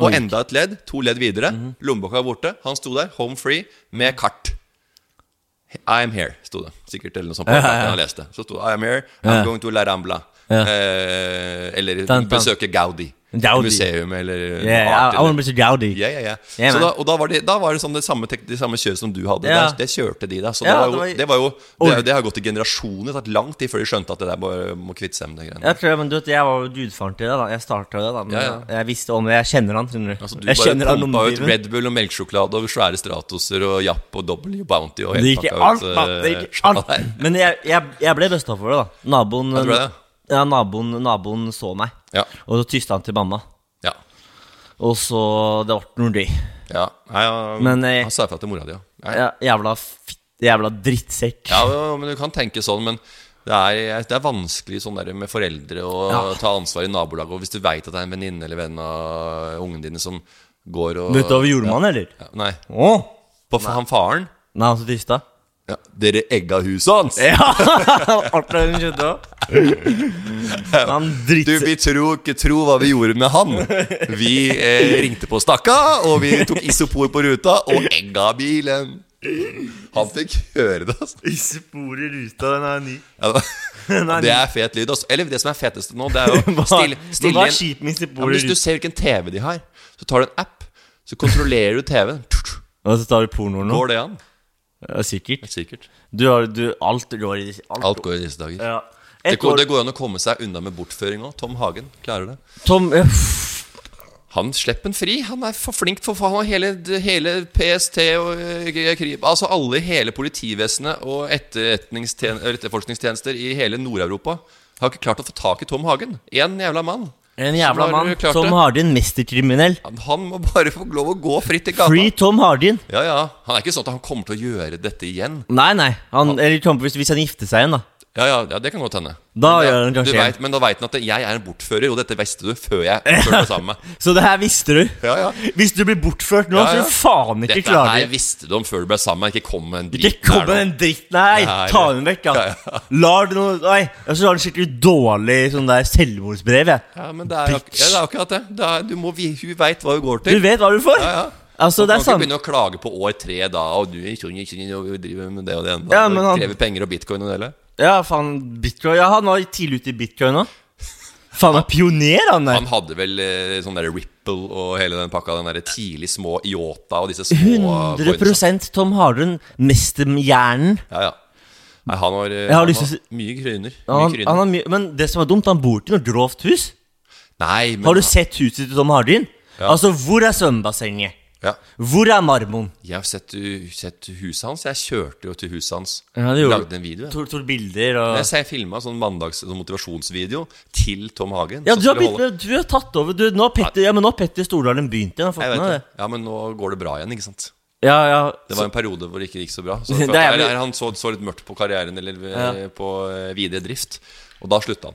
Speaker 3: Og enda et ledd, to ledd videre. Lommeboka var borte. Han sto der, home free, med kart. I'm here, sto det. Sikkert eller noe sånt. på kartet Jeg leste. Så sto det I'm here, I'm
Speaker 1: Ja.
Speaker 3: going to La Rambla. Eh, eller
Speaker 1: Dan, dan.
Speaker 3: besøke Gaudi.
Speaker 1: Gaudi.
Speaker 3: Museum eller
Speaker 1: Yeah, I,
Speaker 3: art
Speaker 1: I wanna
Speaker 3: eller-
Speaker 1: be so gaudy.
Speaker 3: Ja, ja, ja.
Speaker 1: Yeah,
Speaker 3: Så
Speaker 1: man.
Speaker 3: da, og da var, det, da var det sånn det samme, tek- det samme kjøret som du hadde.
Speaker 1: Ja.
Speaker 3: Der, det kjørte de da. Så
Speaker 1: Ja,
Speaker 3: det var jo,
Speaker 1: det
Speaker 3: det,
Speaker 1: var-
Speaker 3: var jo, det, er jo- det har gått i generasjoner. Det har tatt lang tid før de skjønte at det der bare må kvitte seg med de greiene.
Speaker 1: Jeg tror, men du vet, jeg var jo gudfaren til det da Jeg startet det da Men
Speaker 3: Ja, ja.
Speaker 1: jeg visste om det Jeg kjenner han, skjønner du
Speaker 3: Altså, du
Speaker 1: Jeg kjenner han
Speaker 3: bare pumpa ut
Speaker 1: lommetiven.
Speaker 3: Red Bull og melkesjokolade og svære Stratoser og Japp og W Bounty og
Speaker 1: Det gikk i
Speaker 3: pakka
Speaker 1: alt,
Speaker 3: ut,
Speaker 1: da
Speaker 3: eh,
Speaker 1: Det gikk i alt
Speaker 3: Nei.
Speaker 1: Men jeg, jeg, jeg ble besta for det da Naboen
Speaker 3: Ja, du ble det?
Speaker 1: Ja, naboen, naboen så meg
Speaker 3: Ja.
Speaker 1: Og så tyste han til mamma
Speaker 3: Ja.
Speaker 1: Og så Det ble noe gøy
Speaker 3: ja. Nei, ja,
Speaker 1: Men, eh,
Speaker 3: Han sa ifra til mora di, ja. Nei.
Speaker 1: ja, Jævla fitt Jævla drittsekk
Speaker 3: Ja, men du kan tenke sånn, men Det er, jeg- det er vanskelig sånn der med foreldre å ta ansvar i nabolaget. Og hvis du veit at det er en venninne eller venn av ungene dine som går og
Speaker 1: Litt over jordmann, eller?
Speaker 3: Ja, Nei.
Speaker 1: Å!
Speaker 3: På fa- han faren?
Speaker 1: Nei, han som tista.
Speaker 3: Ja, dere egga huset hans!
Speaker 1: Artig hun skjønte òg. Han
Speaker 3: Du,
Speaker 1: dritt...
Speaker 3: vi tror ikke tro hva vi gjorde med han. Vi eh, ringte på stakka, og vi tok isopor på ruta, og egga bilen. Han fikk høre det, altså.
Speaker 1: Spor i ruta, den er ny.
Speaker 3: Ja, det var-
Speaker 1: Den
Speaker 3: det er fet lyd, altså. Eller det som er feteste nå, det er jo stille, stille
Speaker 1: Hva er
Speaker 3: igjen-
Speaker 1: kjipt med
Speaker 3: Ja, men
Speaker 1: spor i
Speaker 3: hvis du
Speaker 1: ruta?
Speaker 3: ser hvilken TV de har, så tar du en app, så kontrollerer du TV-en.
Speaker 1: Og så tar du pornoen nå?
Speaker 3: Går det an?
Speaker 1: Ja, sikkert.
Speaker 3: Helt sikkert.
Speaker 1: Du har du, Alt går i Alt,
Speaker 3: Alt går i disse dager.
Speaker 1: Ja.
Speaker 3: Det
Speaker 1: Et
Speaker 3: går,
Speaker 1: år
Speaker 3: det går an å komme seg unna med bortføring òg. Tom Hagen klarer det.
Speaker 1: Tom ja, pff,
Speaker 3: Han slipper en fri. Han er for flink for faen. Han har hele, hele PST og eh, kri- Altså alle i hele politivesenet og etterretningstjen- eller etterforskningstjenester i hele Nord-Europa har ikke klart å få tak i Tom Hagen. Én jævla mann.
Speaker 1: En jævla
Speaker 3: Som har
Speaker 1: mann.
Speaker 3: klart
Speaker 1: Tom
Speaker 3: det.
Speaker 1: Hardin, mesterkriminell.
Speaker 3: Han, han må bare få lov å gå fritt i gata.
Speaker 1: Free Tom Hardin.
Speaker 3: Ja, ja. Han er ikke sånn at han kommer til å gjøre dette igjen.
Speaker 1: Nei, nei. Han, eller Tom, hvis, hvis han gifter seg igjen, da.
Speaker 3: Ja, ja, ja det kan godt hende.
Speaker 1: Da
Speaker 3: Men
Speaker 1: gjør han kanskje
Speaker 3: du
Speaker 1: igjen.
Speaker 3: vet, Men da veit han at jeg er en bortfører, og dette visste du før jeg før du var sammen med meg.
Speaker 1: Så det her visste du.
Speaker 3: Ja, ja.
Speaker 1: Hvis du blir bortført nå,
Speaker 3: Ja, ja.
Speaker 1: så du faen ikke
Speaker 3: Dette her
Speaker 1: klarer det.
Speaker 3: visste du om før du ble sammen. med meg. Ikke kom med en
Speaker 1: Ikke
Speaker 3: dritt.
Speaker 1: kom
Speaker 3: der
Speaker 1: med
Speaker 3: nå.
Speaker 1: den dritten her.
Speaker 3: Nei,
Speaker 1: Ta
Speaker 3: det-
Speaker 1: den vekk, da.
Speaker 3: Ja,
Speaker 1: Lar du noe Nei, jeg syns du har en skikkelig dårlig sånn der selvmordsbrev, jeg.
Speaker 3: Ja, men det er, ak- ja, det er akkurat det. det er, du må, vi- hun veit hva hun går
Speaker 1: Du
Speaker 3: til.
Speaker 1: vet hva du får.
Speaker 3: Ja, ja.
Speaker 1: Altså, det er
Speaker 3: Man kan ikke
Speaker 1: sant.
Speaker 3: begynne å klage på år tre da, og du ikke- ikke- ikke- og driver med det og det. ene.
Speaker 1: Ja, men han-
Speaker 3: krever penger og bitcoin og det hele.
Speaker 1: Ja, faen. Bitcoin. Ja, han var tidlig ute i bitcoin nå. Faen, han er pioner, han der.
Speaker 3: Han hadde vel eh, sånn der Ripple og hele den pakka, den derre tidlig små Iota og disse små
Speaker 1: 100 Tom Hardun, mesterhjernen.
Speaker 3: Ja, ja. Nei, han har, eh,
Speaker 1: har
Speaker 3: han
Speaker 1: lyst til
Speaker 3: har
Speaker 1: å
Speaker 3: mye kryner. Mye
Speaker 1: Han,
Speaker 3: kryner.
Speaker 1: han har mye- men det som er dumt, han bor ikke i noe grovt hus.
Speaker 3: Nei, men
Speaker 1: Har du sett huset til Tom Hardin?
Speaker 3: Ja.
Speaker 1: Altså, hvor er svømmebassenget?
Speaker 3: ja.
Speaker 1: Hvor er marmoren?
Speaker 3: Jeg har sett, uh, sett huset hans. Jeg kjørte jo til huset hans.
Speaker 1: Ja, det gjorde du.
Speaker 3: Lagde en video. jeg.
Speaker 1: Tor, tor bilder og
Speaker 3: Men Jeg filma sånn mandags sånn motivasjonsvideo til Tom Hagen.
Speaker 1: Ja,
Speaker 3: som
Speaker 1: du har,
Speaker 3: skulle
Speaker 1: begynt,
Speaker 3: holde-
Speaker 1: med- du har tatt over. Du, nå har Petter, ja, men nå har Petter Stordalen begynt igjen. Han har fått
Speaker 3: Jeg
Speaker 1: med
Speaker 3: vet det.
Speaker 1: det.
Speaker 3: Ja, men nå går det bra igjen, ikke sant?
Speaker 1: Ja, ja.
Speaker 3: Det
Speaker 1: Så,
Speaker 3: var en periode hvor det ikke gikk så bra. Så
Speaker 1: Det er
Speaker 3: for at-
Speaker 1: vel-
Speaker 3: eller han så, så litt mørkt på karrieren eller eh, på eh, videre drift, og da slutta han.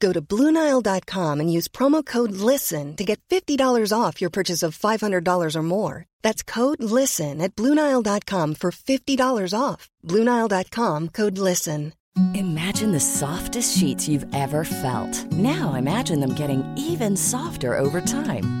Speaker 4: Go to BlueNile.com and use promo code LISTEN to get $50 off your purchase of $500 or more. That's code LISTEN at BlueNile.com for $50 off. BlueNile.com code LISTEN.
Speaker 5: Imagine the softest sheets you've ever felt. Now imagine them getting even softer over time.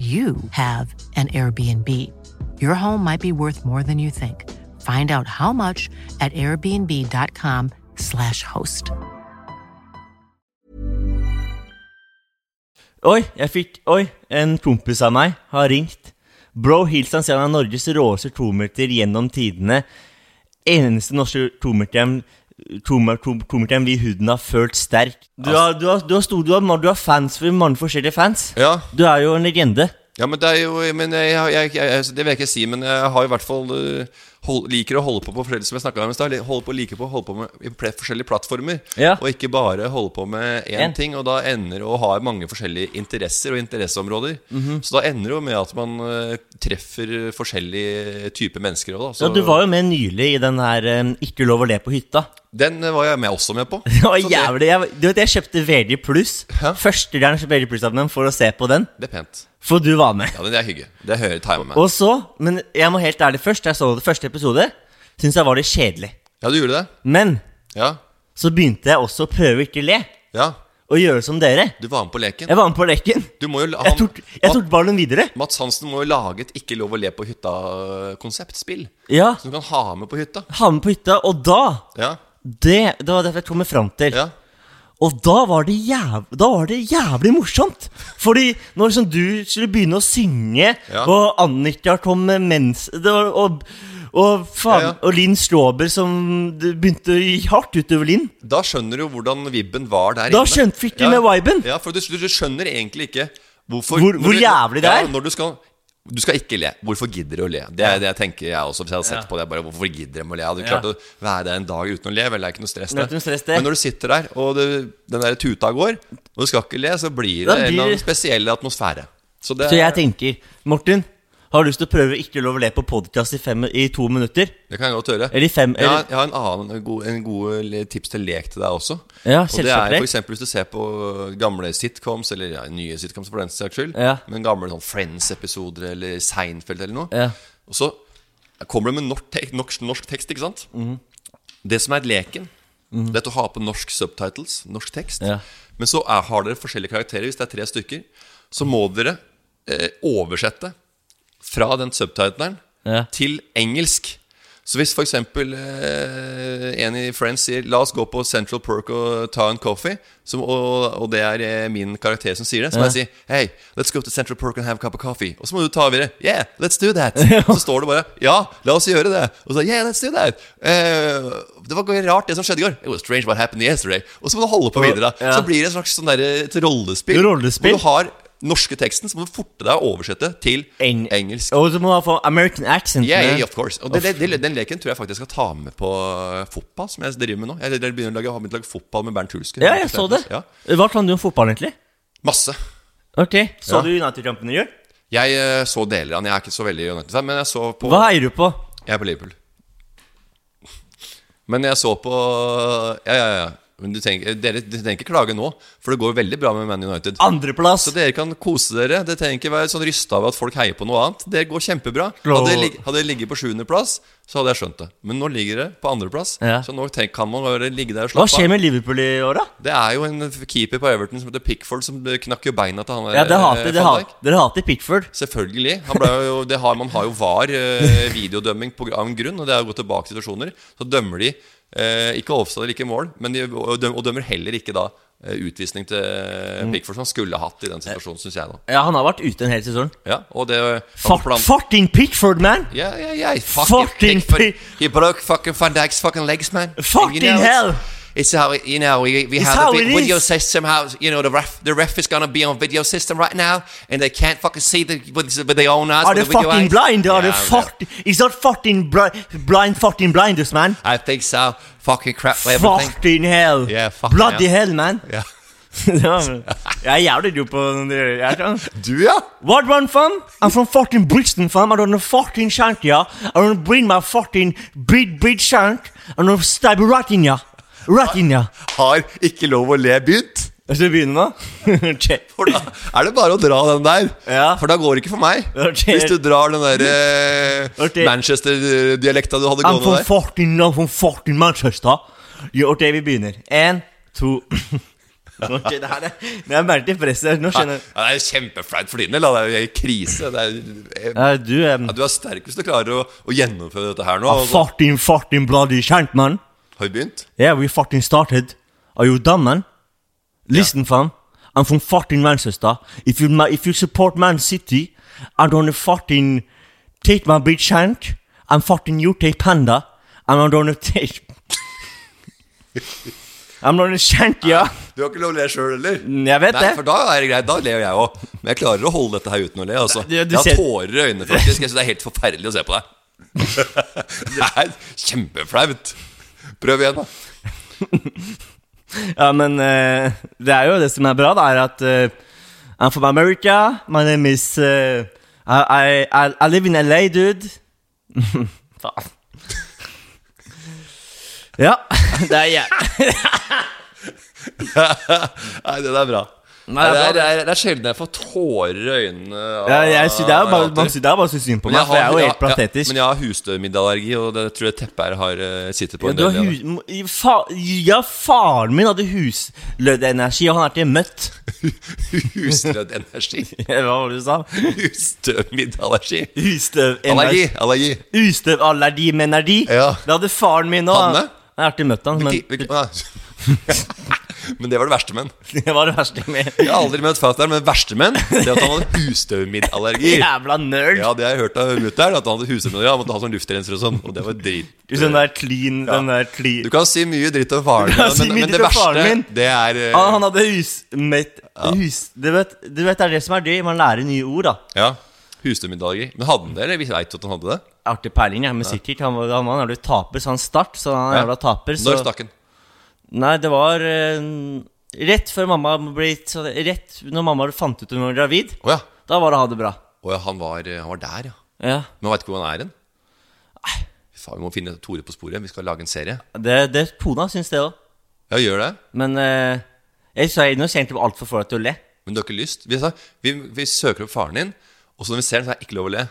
Speaker 6: you have an Airbnb. Your home might be worth more than you think. Find out how much at airbnb.com/slash host.
Speaker 1: Oi, jeg fikk Oi, en kompis av meg har ringt. Bro Hilson sier han er Norges råeste tometer gjennom tidene. Eneste norske tometeren tomer- tom- tometeren vi i huden har følt sterk. Du har, du har, du har, stor, du har, du har fans for mange forskjellige fans.
Speaker 3: Ja.
Speaker 1: Du er jo en legende.
Speaker 3: Ja, men det er jo men jeg, jeg, jeg, jeg, Det vil jeg ikke si, men jeg har i hvert fall eh, hold, liker å holde på på flere, som jeg snakket om i stad. Holde på, like på, holde på med i ple- forskjellige plattformer.
Speaker 1: Ja.
Speaker 3: Og ikke bare holde på med én
Speaker 1: En.
Speaker 3: ting. Og da ender og har mange forskjellige interesser og interesseområder.
Speaker 1: Mhm.
Speaker 3: Så da ender det jo med at man eh, treffer forskjellige typer mennesker òg, da. Så
Speaker 1: Ja, du var jo med nylig i den her eh, Ikke lov å le på hytta.
Speaker 3: den eh, var jeg med, også med på.
Speaker 1: Det var
Speaker 3: Så det,
Speaker 1: jævlig. Jeg, du vet, jeg kjøpte VG pluss.
Speaker 3: Hæ?
Speaker 1: Første gang jeg kjøpte VG pluss av dem for å se på den.
Speaker 3: det er pent.
Speaker 1: For du var med.
Speaker 3: Ja, men det er hygge. Det hører time med.
Speaker 1: Og så, men jeg må helt ærlig først, jeg så det første episode, syntes jeg var litt kjedelig.
Speaker 3: Ja, du gjorde det?
Speaker 1: Men
Speaker 3: Ja.
Speaker 1: så begynte jeg også å prøve ikke le,
Speaker 3: ja.
Speaker 1: og gjøre som dere.
Speaker 3: Du var med på leken.
Speaker 1: Jeg var med på leken.
Speaker 3: Du må jo la-
Speaker 1: Jeg tok, jeg tok ballen videre.
Speaker 3: Mats Hansen må jo lage et ikke lov å le på hytta-konseptspill.
Speaker 1: Ja,
Speaker 3: Som du kan ha med på hytta.
Speaker 1: ha med på hytta, og da
Speaker 3: Ja,
Speaker 1: det, det var derfor jeg kom meg fram til.
Speaker 3: ja,
Speaker 1: Og da var, det jæv, da var det jævlig morsomt! Fordi når liksom du skulle begynne å synge,
Speaker 3: Ja.
Speaker 1: og Annika kom med mens det var, Og, og, faen,
Speaker 3: Ja, ja.
Speaker 1: og Linn Stråber som det begynte å gi hardt utover Linn
Speaker 3: Da skjønner du jo hvordan vibben var der
Speaker 1: Da
Speaker 3: inne.
Speaker 1: skjønte- fikk du med viben.
Speaker 3: Ja, for du, du skjønner egentlig ikke hvorfor
Speaker 1: Hvor-
Speaker 3: når
Speaker 1: hvor
Speaker 3: du-
Speaker 1: jævlig det er.
Speaker 3: Ja, når du skal du skal ikke le. Hvorfor gidder du å le? Det er det jeg tenker jeg også. Hvis jeg hadde sett på det, bare Hvorfor gidder de å le? Jeg hadde
Speaker 1: Ja.
Speaker 3: klart å være der en dag uten å le. Vel, det er ikke noe stress,
Speaker 1: Det er ikke noe stress, det.
Speaker 3: Men når du sitter der, og det, den der tuta går, og du skal ikke le, så blir det
Speaker 1: Da blir
Speaker 3: en eller
Speaker 1: det-
Speaker 3: annen spesiell atmosfære. Så det,
Speaker 1: Så jeg tenker Morten, har du lyst til å prøve ikke lov å le på podkast i, fem- i to minutter?
Speaker 3: det kan jeg godt høre.
Speaker 1: Eller i fem
Speaker 3: Ja,
Speaker 1: eller,
Speaker 3: jeg har en annen god, en god le- tips til lek til deg også.
Speaker 1: Ja,
Speaker 3: og det er
Speaker 1: selvsagt lek.
Speaker 3: for eksempel hvis du ser på gamle sitcoms, eller ja, nye sitcoms for den saks skyld,
Speaker 1: Ja.
Speaker 3: men gamle sånn Friends-episoder eller Seinfeld eller noe,
Speaker 1: Ja.
Speaker 3: og så kommer det med norsk, tek norsk, norsk tekst, ikke sant?
Speaker 1: Mhm.
Speaker 3: Det som er leken, det er at du har på norsk subtitles, norsk tekst,
Speaker 1: Ja.
Speaker 3: men så er, har dere forskjellige karakterer, hvis det er tre stykker, så må dere eh, oversette fra den subtitleren
Speaker 1: Ja.
Speaker 3: til engelsk. Så hvis f.eks. Eh, en i Friends sier 'la oss gå på Central Perk og ta en coffee', som, og, og det er eh, min karakter som sier det, så må jeg si 'hey, let's go to Central Perk and have a cup of coffee'. Og så må du ta videre 'yeah, let's do that'. Så står det bare 'ja, la oss gjøre det'. Og så 'yeah, let's do that'. Eh, det var ikke rart, det som skjedde i går. It was strange what happened yesterday. Og så må du holde på videre. da.
Speaker 1: Ja.
Speaker 3: Så blir det en slags sånn der, et rollespill.
Speaker 1: Rollespill.
Speaker 3: Hvor du har norske teksten, så må du forte deg å oversette til
Speaker 1: Eng-
Speaker 3: engelsk.
Speaker 1: Og så må man få American accent.
Speaker 3: Yeah,
Speaker 1: med.
Speaker 3: yeah, of course. Og det, det, det, den leken tror jeg faktisk jeg skal ta med på eh, fotball, som jeg driver med nå. Jeg, jeg begynner å lage, har begynt å lage fotball med Bernt Hulsken.
Speaker 1: ja, jeg så det.
Speaker 3: Ja,
Speaker 1: Hva kan du om fotball, egentlig?
Speaker 3: Masse.
Speaker 1: Ok, Så
Speaker 3: Ja.
Speaker 1: du United-kampene i år?
Speaker 3: Jeg eh, så deler av den. Jeg er ikke så veldig United-fan, men jeg så på
Speaker 1: Hva heier du på?
Speaker 3: Jeg er på Liverpool. Men jeg så på Ja, ja, ja. Men du tenker, dere dere trenger ikke klage nå, for det går veldig bra med Man United.
Speaker 1: Andreplass!
Speaker 3: Så dere kan kose dere. Dere trenger ikke være sånn rysta av at folk heier på noe annet. Det går kjempebra.
Speaker 1: Slå-
Speaker 3: Hadde jeg lig- hadde jeg ligget på sjuendeplass, så hadde jeg skjønt det. Men nå ligger det på andreplass,
Speaker 1: Ja.
Speaker 3: så nå tenk, kan man bare ligge der og
Speaker 1: Hva
Speaker 3: slappe
Speaker 1: skjer
Speaker 3: av.
Speaker 1: med Liverpool i år, da?
Speaker 3: Det er jo en keeper på Everton som heter Pickford, som knakk jo beina til han der,
Speaker 1: Ja, Dere
Speaker 3: eh,
Speaker 1: hater, dere
Speaker 3: Van
Speaker 1: hater,
Speaker 3: Dijk.
Speaker 1: dere hater Pickford.
Speaker 3: Selvfølgelig. Han ble jo, det har, man har jo var eh, videodømming på, av en grunn, og det er å gå tilbake til situasjoner. Så dømmer de eh, ikke offside eller ikke mål, men de, og, døm, og dømmer heller ikke da eh, utvisning
Speaker 1: Mm.
Speaker 3: til eh, Pickford, som han skulle hatt i den situasjonen, syns jeg. da
Speaker 1: Ja, Han har vært ute en hel sesong.
Speaker 3: ja, og det han
Speaker 1: Fuck,
Speaker 3: plan-
Speaker 1: fucking Pickford, man!
Speaker 3: Ja, ja, ja
Speaker 1: Fucking
Speaker 3: Fucking Pickford
Speaker 1: pi-
Speaker 3: He broke fucking Van Dijk's fucking legs, man And
Speaker 1: Fucking hell.
Speaker 3: It's how it- you know we, we
Speaker 1: It's
Speaker 3: have
Speaker 1: how
Speaker 3: a big
Speaker 1: it
Speaker 3: video
Speaker 1: is.
Speaker 3: system. How you know the ref the ref is gonna be on video system right now, and they can't fucking see the with, with their own eyes.
Speaker 1: Are
Speaker 3: with
Speaker 1: they
Speaker 3: the video
Speaker 1: fucking
Speaker 3: eyes.
Speaker 1: blind? Are they
Speaker 3: Yeah,
Speaker 1: fuck... Is that fucking bri blind fucking blinders, man?
Speaker 3: I think so. Fucking crap. Everything.
Speaker 1: Fucking hell!
Speaker 3: Yeah, fucking
Speaker 1: Bloody
Speaker 3: hell.
Speaker 1: hell, man!
Speaker 3: Ja.
Speaker 1: jeg er jævlig god på jeg er sånn.
Speaker 3: Du ja?
Speaker 1: What one fam? I'm from fucking Brixton fam. I don't know fucking shank ya. I don't bring my fucking big big shank. I don't stab right in ya. Right in ya.
Speaker 3: Har ikke lov å le begynt?
Speaker 1: Skal vi begynne nå? Ok.
Speaker 3: For da er det bare å dra den der.
Speaker 1: Ja.
Speaker 3: For da går det ikke for meg.
Speaker 1: Ok.
Speaker 3: Hvis du drar den der eh,
Speaker 1: Ok.
Speaker 3: Manchester-dialekta du hadde
Speaker 1: I'm
Speaker 3: gående
Speaker 1: from
Speaker 3: der.
Speaker 1: fucking, I'm from fucking Manchester. Jo, ok, vi begynner. En, to Ok, det her er det er merkelig presset. Nå
Speaker 3: Ja,
Speaker 1: skjønner jeg.
Speaker 3: ja, det er kjempeflaut for din del. da. Det er jo helt krise. Det er, eh,
Speaker 1: Ja, du er
Speaker 3: ja, du er sterk hvis du klarer å, å gjennomføre dette her nå.
Speaker 1: I'm
Speaker 3: altså.
Speaker 1: fucking, fucking bloody shank, man.
Speaker 3: Har vi begynt?
Speaker 1: Yeah, we fucking started. Are you dumb, man? Listen, fam. I'm from fucking Manchester. If you ma- if you support Man City, I'm gonna fucking take my big shank. I'm fucking UK panda, and I'm gonna take. I'm gonna shank ya.
Speaker 3: Du har ikke lov å le sjøl heller.
Speaker 1: jeg vet
Speaker 3: Nei,
Speaker 1: det.
Speaker 3: For da er det greit, da ler jo jeg òg. Men jeg klarer å holde dette her uten å le. Altså.
Speaker 1: Nei, du- du
Speaker 3: jeg har
Speaker 1: ser-
Speaker 3: tårer i øynene, faktisk. Jeg synes det er helt forferdelig å se på deg. det er kjempeflaut. Prøv igjen, da.
Speaker 1: Ja, men eh, det er jo det som er bra, da, er at eh, I'm from America. My name is eh, I, I, I, I live in LA, dude. Faen. ja, det er jeg.
Speaker 3: Nei, det er bra. Nei,
Speaker 1: det er
Speaker 3: det,
Speaker 1: bra,
Speaker 3: er, det, er, det er sjelden jeg får tårer i øynene. av-
Speaker 1: Ja, jeg sy- det er jo bare,
Speaker 3: av
Speaker 1: man
Speaker 3: latter.
Speaker 1: sy- det er bare så synd på
Speaker 3: Men
Speaker 1: meg,
Speaker 3: jeg
Speaker 1: for jeg er
Speaker 3: har-
Speaker 1: jo
Speaker 3: ja,
Speaker 1: helt
Speaker 3: Ja,
Speaker 1: patetisk.
Speaker 3: men jeg har husstøvmiddelallergi, og det tror jeg teppet her har eh, sittet på
Speaker 1: Ja,
Speaker 3: en
Speaker 1: du har
Speaker 3: del.
Speaker 1: hu
Speaker 3: igjen,
Speaker 1: i- fa ja, faren min hadde husløddenergi, og han er til møtt.
Speaker 3: da. Huslødd energi.
Speaker 1: Hva var det du sa?
Speaker 3: Husstøvmiddelallergi. Allergi.
Speaker 1: Husstøvenergi.
Speaker 3: Allergi.
Speaker 1: Husstøvallergi med energi.
Speaker 3: Ja.
Speaker 1: Det hadde faren min òg.
Speaker 3: Hanne?
Speaker 1: Jeg har ikke møtt han, men
Speaker 3: Hvilke- hvilke- Nei. ah. Men det var det verste menn.
Speaker 1: det var det verste med
Speaker 3: Jeg har aldri møtt fatter'n, men verste menn Det at han hadde husstøvmiddelallergi.
Speaker 1: Jævla nerd!
Speaker 3: Ja, det har jeg hørt av mutter'n. At han hadde husstøvmiddel, han måtte ha sånn luftrenser og sånn. Og det var drit.
Speaker 1: Den der clean, den der
Speaker 3: Du
Speaker 1: clean
Speaker 3: kan si mye dritt om
Speaker 1: Du
Speaker 3: faren din,
Speaker 1: kan si
Speaker 3: men,
Speaker 1: mye
Speaker 3: men det
Speaker 1: dritt om faren min. Ah,
Speaker 3: verste, det er eh,
Speaker 1: han, han hadde husmet hus, du, vet, du vet, det er det som er gøy. Man lærer nye ord, da.
Speaker 3: Ja, husstøvmiddelallergi. Men hadde han det, eller vi veit at han hadde det?
Speaker 1: Jeg har ikke peiling, jeg, men sikkert. Han, var- han var en jævla taper, så han start, så han er en
Speaker 3: Ja.
Speaker 1: jævla taper. Så
Speaker 3: Når stakk han?
Speaker 1: Nei, det var eh, rett før mamma ble så, Rett når mamma fant ut hun var gravid.
Speaker 3: Å ja.
Speaker 1: Da var det ha det bra.
Speaker 3: Å ja, han var, eh, han var der, ja.
Speaker 1: Ja,
Speaker 3: Men veit ikke hvor han er hen? Fy Faen, vi må finne Tore på sporet. Vi skal lage en serie.
Speaker 1: det, det Kona syns det òg.
Speaker 3: Ja, gjør det.
Speaker 1: Men eh, jeg, så jeg, nå kjente jeg altfor for deg til å le.
Speaker 3: Men du har ikke lyst? Vi, sa, vi, vi søker opp faren din, og så når vi ser den, så er det ikke lov å le.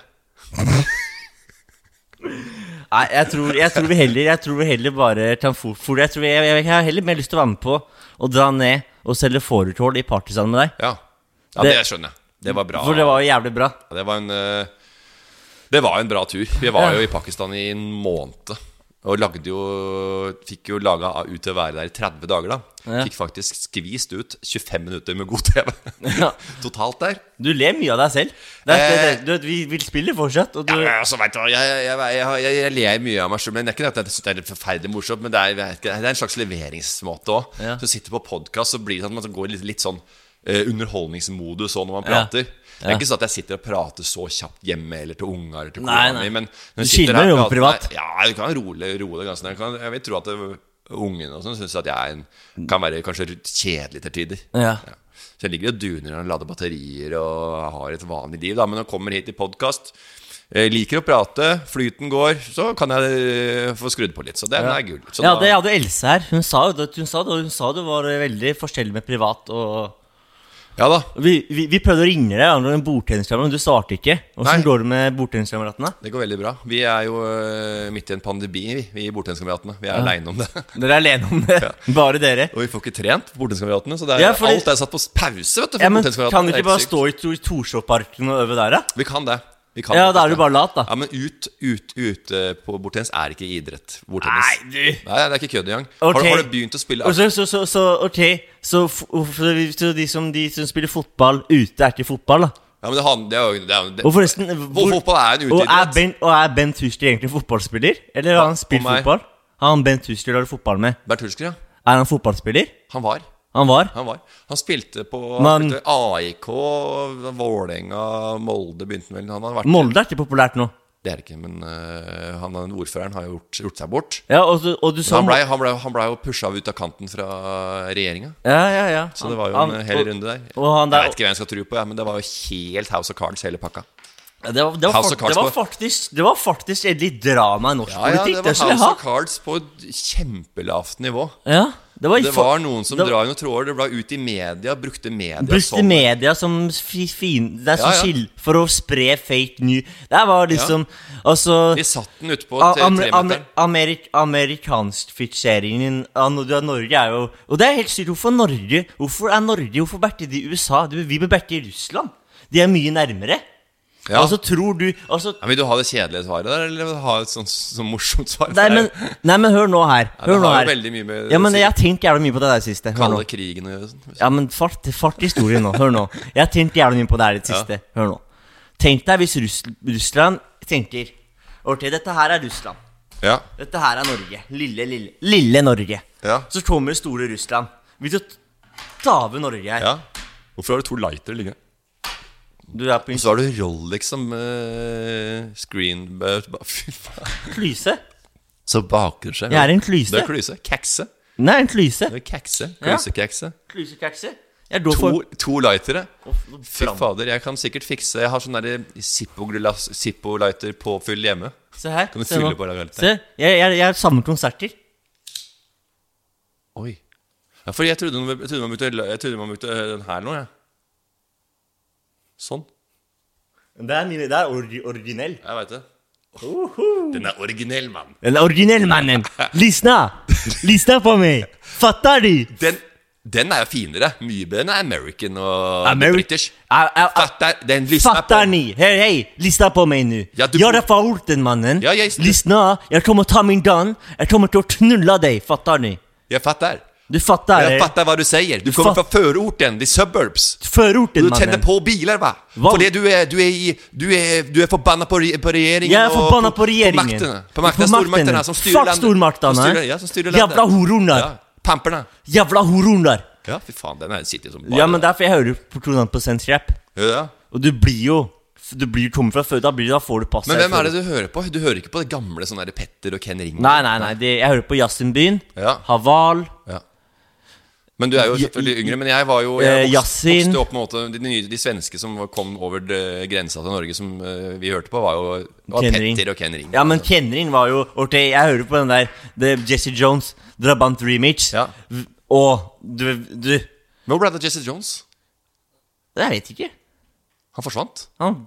Speaker 1: Nei, jeg tror, jeg tror vi heller Jeg tror vi heller bare tar for, for jeg, tror jeg, jeg, jeg har heller mer lyst til å være med på å dra ned og selge fårikål i Partisan med deg.
Speaker 3: Ja, ja det,
Speaker 1: Det-
Speaker 3: skjønner jeg. Det var bra.
Speaker 1: For det var jo jævlig bra.
Speaker 3: det var en eh, Det var jo en bra tur. Vi var jo i Pakistan i en måned. Og lagde jo Fikk jo laga ut til å være der i 30 dager, da.
Speaker 1: Ja.
Speaker 3: Fikk faktisk skvist ut 25 minutter med god TV
Speaker 1: Ja.
Speaker 3: totalt der.
Speaker 1: Du ler mye av deg selv. Det, er- det, det, du vet, vi vil spille fortsatt, og du
Speaker 3: Ja, men altså, vet du, hva, jeg, jeg, jeg, jeg, jeg ler mye av meg selv, men det er ikke det at jeg synes det er forferdelig morsomt, men det er, jeg vet ikke, det er en slags leveringsmåte også.
Speaker 1: Ja.
Speaker 3: Så sitter på podcast, så blir det sånn at man går litt, litt sånn eh, underholdningsmodus også når man
Speaker 1: Ja.
Speaker 3: prater. Det
Speaker 1: Ja.
Speaker 3: er ikke sånn at jeg sitter og prater så kjapt hjemme, eller til unger, eller til kona
Speaker 1: Nei, nei.
Speaker 3: mi, men...
Speaker 1: Du skiller deg jo privat.
Speaker 3: Ja, du kan roe roe det ganske. ned. Jeg, kan, jeg vil tro at det, ungen og sånn synes at jeg er en, kan være kanskje kjedelig til tider.
Speaker 1: Ja.
Speaker 3: Så jeg ligger og duner og lader batterier og har et vanlig liv, da. Men når jeg kommer hit i podkast, liker å prate, flyten går, så kan jeg eh, få skrudd på litt. Så den er gull. Så
Speaker 1: Ja,
Speaker 3: da-
Speaker 1: det hadde Else her. Hun sa jo det, hun sa det, hun sa det var veldig forskjellig med privat og
Speaker 3: ja da.
Speaker 1: Vi, vi, vi prøvde å ringe deg angående bordtenniskameraet, men du svarte ikke.
Speaker 3: Nei.
Speaker 1: Åssen går det med bordtenniskameratene?
Speaker 3: Det går veldig bra. Vi er jo eh, midt i en pandemi, vi, vi i Bordtenniskameratene. Vi er aleine om det.
Speaker 1: Dere er alene om det. Bare dere.
Speaker 3: Og vi får ikke trent på Bordtenniskameratene, så det er,
Speaker 1: Ja, fordi-
Speaker 3: alt er satt på pause. vet du for
Speaker 1: Ja, men
Speaker 3: Bordtenniskameratene.
Speaker 1: Kan du
Speaker 3: Det er
Speaker 1: ikke bare
Speaker 3: sykt.
Speaker 1: stå i Tor- i Torshovparken og øve der, da?
Speaker 3: Vi kan det. Vi kan
Speaker 1: Ja,
Speaker 3: faktisk
Speaker 1: da er du
Speaker 3: det.
Speaker 1: bare lat, da.
Speaker 3: Ja, men ut, ut, ut eh, på bordtennis er ikke idrett. Bordtennis.
Speaker 1: Nei, du!
Speaker 3: Nei, det er ikke kødd engang.
Speaker 1: Ok.
Speaker 3: Har, du- har du begynt å spille
Speaker 1: Og så, så, så, så ok, så, f- så, vi- så de, som, de som spiller fotball ute, er ikke fotball, da?
Speaker 3: Ja, men det, han, det er jo det, er jo- det,
Speaker 1: Og forresten
Speaker 3: hvor, Fotball er en
Speaker 1: og er,
Speaker 3: uteidrett.
Speaker 1: ben, og er Bent Husler egentlig fotballspiller? Eller har han spilt
Speaker 3: og meg.
Speaker 1: fotball? Har han Bent Husler har du fotball med?
Speaker 3: Bernt Hulsker, ja.
Speaker 1: Er han fotballspiller?
Speaker 3: Han var.
Speaker 1: Han var?
Speaker 3: Han var Han spilte på
Speaker 1: Men-
Speaker 3: han spilte AIK, Vålerenga, Molde begynte vel Han har vært
Speaker 1: Molde er ikke populært nå.
Speaker 3: Det er det ikke, men eh, han, ordføreren har jo gjort, gjort seg bort.
Speaker 1: Ja, og, så- og du så
Speaker 3: Han blei ble, han ble jo pusha ut av kanten fra regjeringa.
Speaker 1: Ja, ja, ja.
Speaker 3: Så det var jo
Speaker 1: Han-
Speaker 3: en
Speaker 1: og-
Speaker 3: hel runde der.
Speaker 1: Og han der
Speaker 3: jeg vet ikke hvem jeg skal tro på, jeg, men det var jo helt House of Cards, hele pakka.
Speaker 1: Det var, det var,
Speaker 3: House of
Speaker 1: fak-
Speaker 3: Cards
Speaker 1: det var
Speaker 3: på-
Speaker 1: faktisk Det var faktisk et litt drama i norsk
Speaker 3: Ja, ja,
Speaker 1: politikk.
Speaker 3: det var
Speaker 1: skulle jeg
Speaker 3: House
Speaker 1: ha.
Speaker 3: of Cards på et kjempelavt nivå.
Speaker 1: Ja, det var,
Speaker 3: Det
Speaker 1: fa-
Speaker 3: var noen som
Speaker 1: det-
Speaker 3: drar i noen tråder. Det ble ut i media, brukte media
Speaker 1: Brukte
Speaker 3: som
Speaker 1: media som fi- fin, Det er som
Speaker 3: sånn, Ja, ja.
Speaker 1: skill for å spre fake new Det var liksom Altså
Speaker 3: Vi satt den ute på
Speaker 1: a-
Speaker 3: tre-
Speaker 1: amer, amer,
Speaker 3: tremeteren.
Speaker 1: amerik, Amerikanskfikseringen av no- av Norge er jo Og det er helt sykt. Hvorfor Norge? Hvorfor er Norge Hvorfor bærte de i USA? Du, vi bør bærte i Russland. De er mye nærmere.
Speaker 3: Ja.
Speaker 1: Altså, tror du altså,
Speaker 3: Ja, vil du ha det kjedelige svaret der, eller vil du ha et sånt, sånn morsomt svar?
Speaker 1: nei, men, nei, men hør nå her.
Speaker 3: det
Speaker 1: Hør nå
Speaker 3: har
Speaker 1: her.
Speaker 3: jo veldig mye med-
Speaker 1: Ja, men Jeg har tenkt jævlig mye på det der siste. Hør nå.
Speaker 3: Kalde krigen og sånn.
Speaker 1: Ja, men fart, fart historien nå. Hør nå. Jeg har tenkt jævlig mye på det her i det siste. Hør nå. Tenk deg hvis Russ Russland tenker Ok, dette her er Russland.
Speaker 3: Ja.
Speaker 1: Dette her er Norge. Lille, lille Lille Norge.
Speaker 3: Ja.
Speaker 1: Så kommer det store Russland. Vil du ta over Norge her?
Speaker 3: ja. Hvorfor har du to lightere liggende?
Speaker 1: Du er på
Speaker 3: Og
Speaker 1: en
Speaker 3: så har du Rolex som eh, screen... Fy faen.
Speaker 1: klyse.
Speaker 3: Så baker det seg.
Speaker 1: Jeg er en klyse.
Speaker 3: Du er klyse. Kekse.
Speaker 1: Nei, en klyse.
Speaker 3: Du er kekse.
Speaker 1: Ja.
Speaker 3: Klysekekse.
Speaker 1: Klysekekse. Jeg går
Speaker 3: To,
Speaker 1: for
Speaker 3: to lightere. Fy
Speaker 1: Fram.
Speaker 3: fader, jeg kan sikkert fikse Jeg har sånn derre Zippo-glass- Zippo-lighter påfyll hjemme.
Speaker 1: Se her.
Speaker 3: Kan du
Speaker 1: se nå.
Speaker 3: fylle på deg litt?
Speaker 1: Se, jeg, jeg, jeg samler konserter.
Speaker 3: Oi. Ja, for jeg trodde, man- jeg trodde man brukte jeg trodde man brukte eh, den her nå, jeg. Sånn.
Speaker 1: Det er, mine- det er orgi- originell.
Speaker 3: Jeg veit det. Den er originell, mann.
Speaker 1: Den originelle mannen. Lysna! Lysna på meg! Fattar du?
Speaker 3: Den, den er jo finere. Mye bedre enn American og
Speaker 1: Ameri-
Speaker 3: British.
Speaker 1: Ja, ja, ja.
Speaker 3: Fatter, den lysten er
Speaker 1: Fattar
Speaker 3: på.
Speaker 1: ni? Hej, hej! Lyssna på mig nu.
Speaker 3: Ja, du-
Speaker 1: jag är från orten mannen.
Speaker 3: Ja, jag-
Speaker 1: Lyssna, jag kommer ta min dan. Jag kommer att knulla dig, fattar ni?
Speaker 3: Jeg fatter.
Speaker 1: Du fattar?
Speaker 3: Jeg
Speaker 1: eh?
Speaker 3: fatter hva du sier. Du kommer fra
Speaker 1: Fatt-
Speaker 3: førorten, the suburbs.
Speaker 1: Förorten
Speaker 3: Du
Speaker 1: mannen.
Speaker 3: tenner på biler, va?
Speaker 1: Hva?
Speaker 3: Fordi du er, du er, i- du er, du er forbanna på, re- på regjeringen.
Speaker 1: Jag är
Speaker 3: og
Speaker 1: förbannad på regeringen.
Speaker 3: På maktene. På maktene,
Speaker 1: På
Speaker 3: stormaktene som styrer
Speaker 1: Fuck
Speaker 3: landet.
Speaker 1: stormakterna.
Speaker 3: Som styrer, ja, som styrer landet.
Speaker 1: Jävla hororna.
Speaker 3: Ja, Pamperne.
Speaker 1: Jävla hororna.
Speaker 3: Ja, fy faen, den her sitter jo som bare
Speaker 1: Ja, men därför jag hör på 200% rap.
Speaker 3: Ja.
Speaker 1: Och du blir ju... Du blir ju kommer från född, då blir- då får du passa.
Speaker 3: Men hvem er det du hører på? Du hører ikke på det gamle sånn der Petter og Ken Ring?
Speaker 1: Nej, nej, nej. Det, jag hör på Justinbyn,
Speaker 3: Ja.
Speaker 1: Haval,
Speaker 3: Ja. Men du er jo selvfølgelig yngre, men jeg var jo
Speaker 1: Eh,
Speaker 3: jeg vokste,
Speaker 1: Yasin.
Speaker 3: vokste opp med måte, de, nye, de svenske som var- kom over de, grensa til Norge, som eh, vi hørte på, var jo var Petter og altså. Ken Ring.
Speaker 1: Ja, men Ken Ring var jo Ok, jeg hører på den der The Jesse Jones, Drabant Remix.
Speaker 3: Ja.
Speaker 1: V- Og du, du
Speaker 3: Hvor ble det av Jesse Jones?
Speaker 1: Jeg vet ikke.
Speaker 3: Han forsvant.
Speaker 1: Han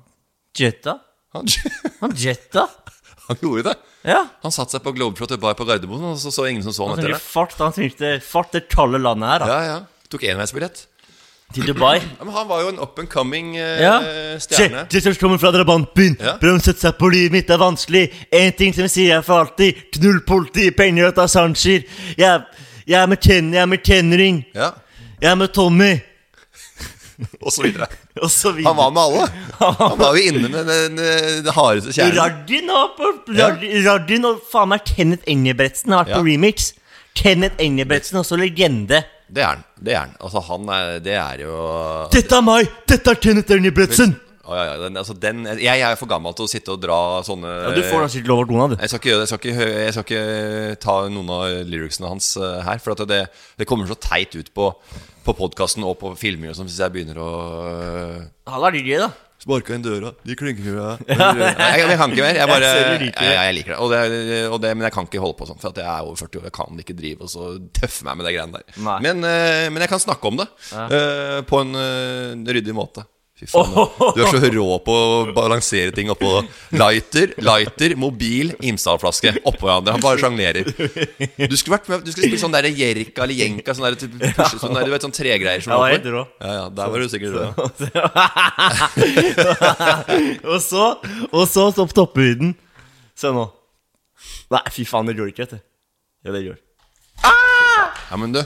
Speaker 1: jetta.
Speaker 3: Han,
Speaker 1: Han jetta.
Speaker 3: han gjorde det.
Speaker 1: Ja.
Speaker 3: Han satte seg på Globetrotter Bar på Gardermoen, og så så ingen som så
Speaker 1: Han
Speaker 3: han etter
Speaker 1: tenkte
Speaker 3: det.
Speaker 1: fart, han tenkte fart det kalde landet her, Altså, da.
Speaker 3: Ja, ja. Tok enveisbillett.
Speaker 1: Til Dubai.
Speaker 3: Ja, men han var jo en up and coming eh,
Speaker 1: Ja.
Speaker 3: stjerne.
Speaker 1: Je- Jesus kommer fra drabantbyen.
Speaker 3: Ja.
Speaker 1: Prøv å sette seg på livet mitt, det er vanskelig. Én ting som jeg sier jeg for alltid. Knull politi, penger og ta sanser. Jeg, jeg er med Ken, jeg er med Ken Ring.
Speaker 3: Ja,
Speaker 1: Jeg er med Tommy.
Speaker 3: og så videre.
Speaker 1: Og så videre.
Speaker 3: Han var med alle. Han var jo inne med den, eh, den hardeste kjernen.
Speaker 1: Radin har på
Speaker 3: Ja.
Speaker 1: Radin, Radin og faen meg Kenneth Engebretsen har vært på
Speaker 3: Ja.
Speaker 1: remix. Kenneth Engebretsen, også legende.
Speaker 3: Det er han. Det er han. Altså, han er Det er jo
Speaker 1: Dette er meg! Dette er Kenneth Engebretsen!
Speaker 3: Å, ja, ja, den, altså, den, jeg er for gammel til å sitte og dra sånne
Speaker 1: Ja, du får da sikkert lov av kona, du.
Speaker 3: Jeg skal ikke gjøre det. Jeg skal ikke, hø- jeg skal ikke ta noen av lyricsene hans eh, her. For at det, det kommer så teit ut på, på podkasten og på filmer og sånn, hvis jeg begynner å eh,
Speaker 1: Halla, DJ, da.
Speaker 3: Sparka inn døra, de klynghjula Nei, jeg, jeg kan ikke mer. Jeg bare
Speaker 1: Jeg ser du
Speaker 3: jeg,
Speaker 1: liker det.
Speaker 3: jeg, liker det. Og det, og det. Men jeg kan ikke holde på sånn, for at jeg er over 40 år. Jeg kan ikke drive og så tøffe meg med de greiene der.
Speaker 1: Nei.
Speaker 3: Men, eh, men jeg kan snakke om det eh, på en eh, ryddig måte. Fy faen, du er så rå på å balansere ting oppå lighter, lighter, mobil, Imsdal-flaske oppå hverandre. Han bare sjanglerer. Du skulle vært med Du skulle spille sånn der Jerika eller Jenka, sånn der, typ pushe, sånn der du vet, sånn tregreier som
Speaker 1: Jeg var
Speaker 3: går
Speaker 1: helt
Speaker 3: oppover.
Speaker 1: rå.
Speaker 3: Ja, ja, der var du sikkert rå.
Speaker 1: Og så, og så, så på topphuden. Se nå. Nei, fy faen, det gjør det ikke, vet du. Ja, det gjør det.
Speaker 3: Ja, men du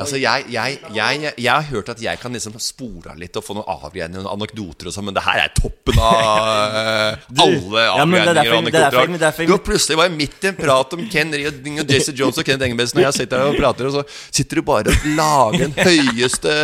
Speaker 3: Altså, jeg, jeg, jeg, jeg, jeg har hørt at jeg kan liksom spore av litt og få noen avgreininger, noen anekdoter og sånn, men det her er toppen av eh, alle
Speaker 1: ja, men det er
Speaker 3: avgreininger og
Speaker 1: derfor- det er derfor- men det er
Speaker 3: anekdoter.
Speaker 1: derfor-
Speaker 3: Du var plutselig bare midt i en prat om Ken Ring og Jesse Jones og Kenneth Engebretsen, og jeg sitter her og prater, og så sitter du bare og lager den høyeste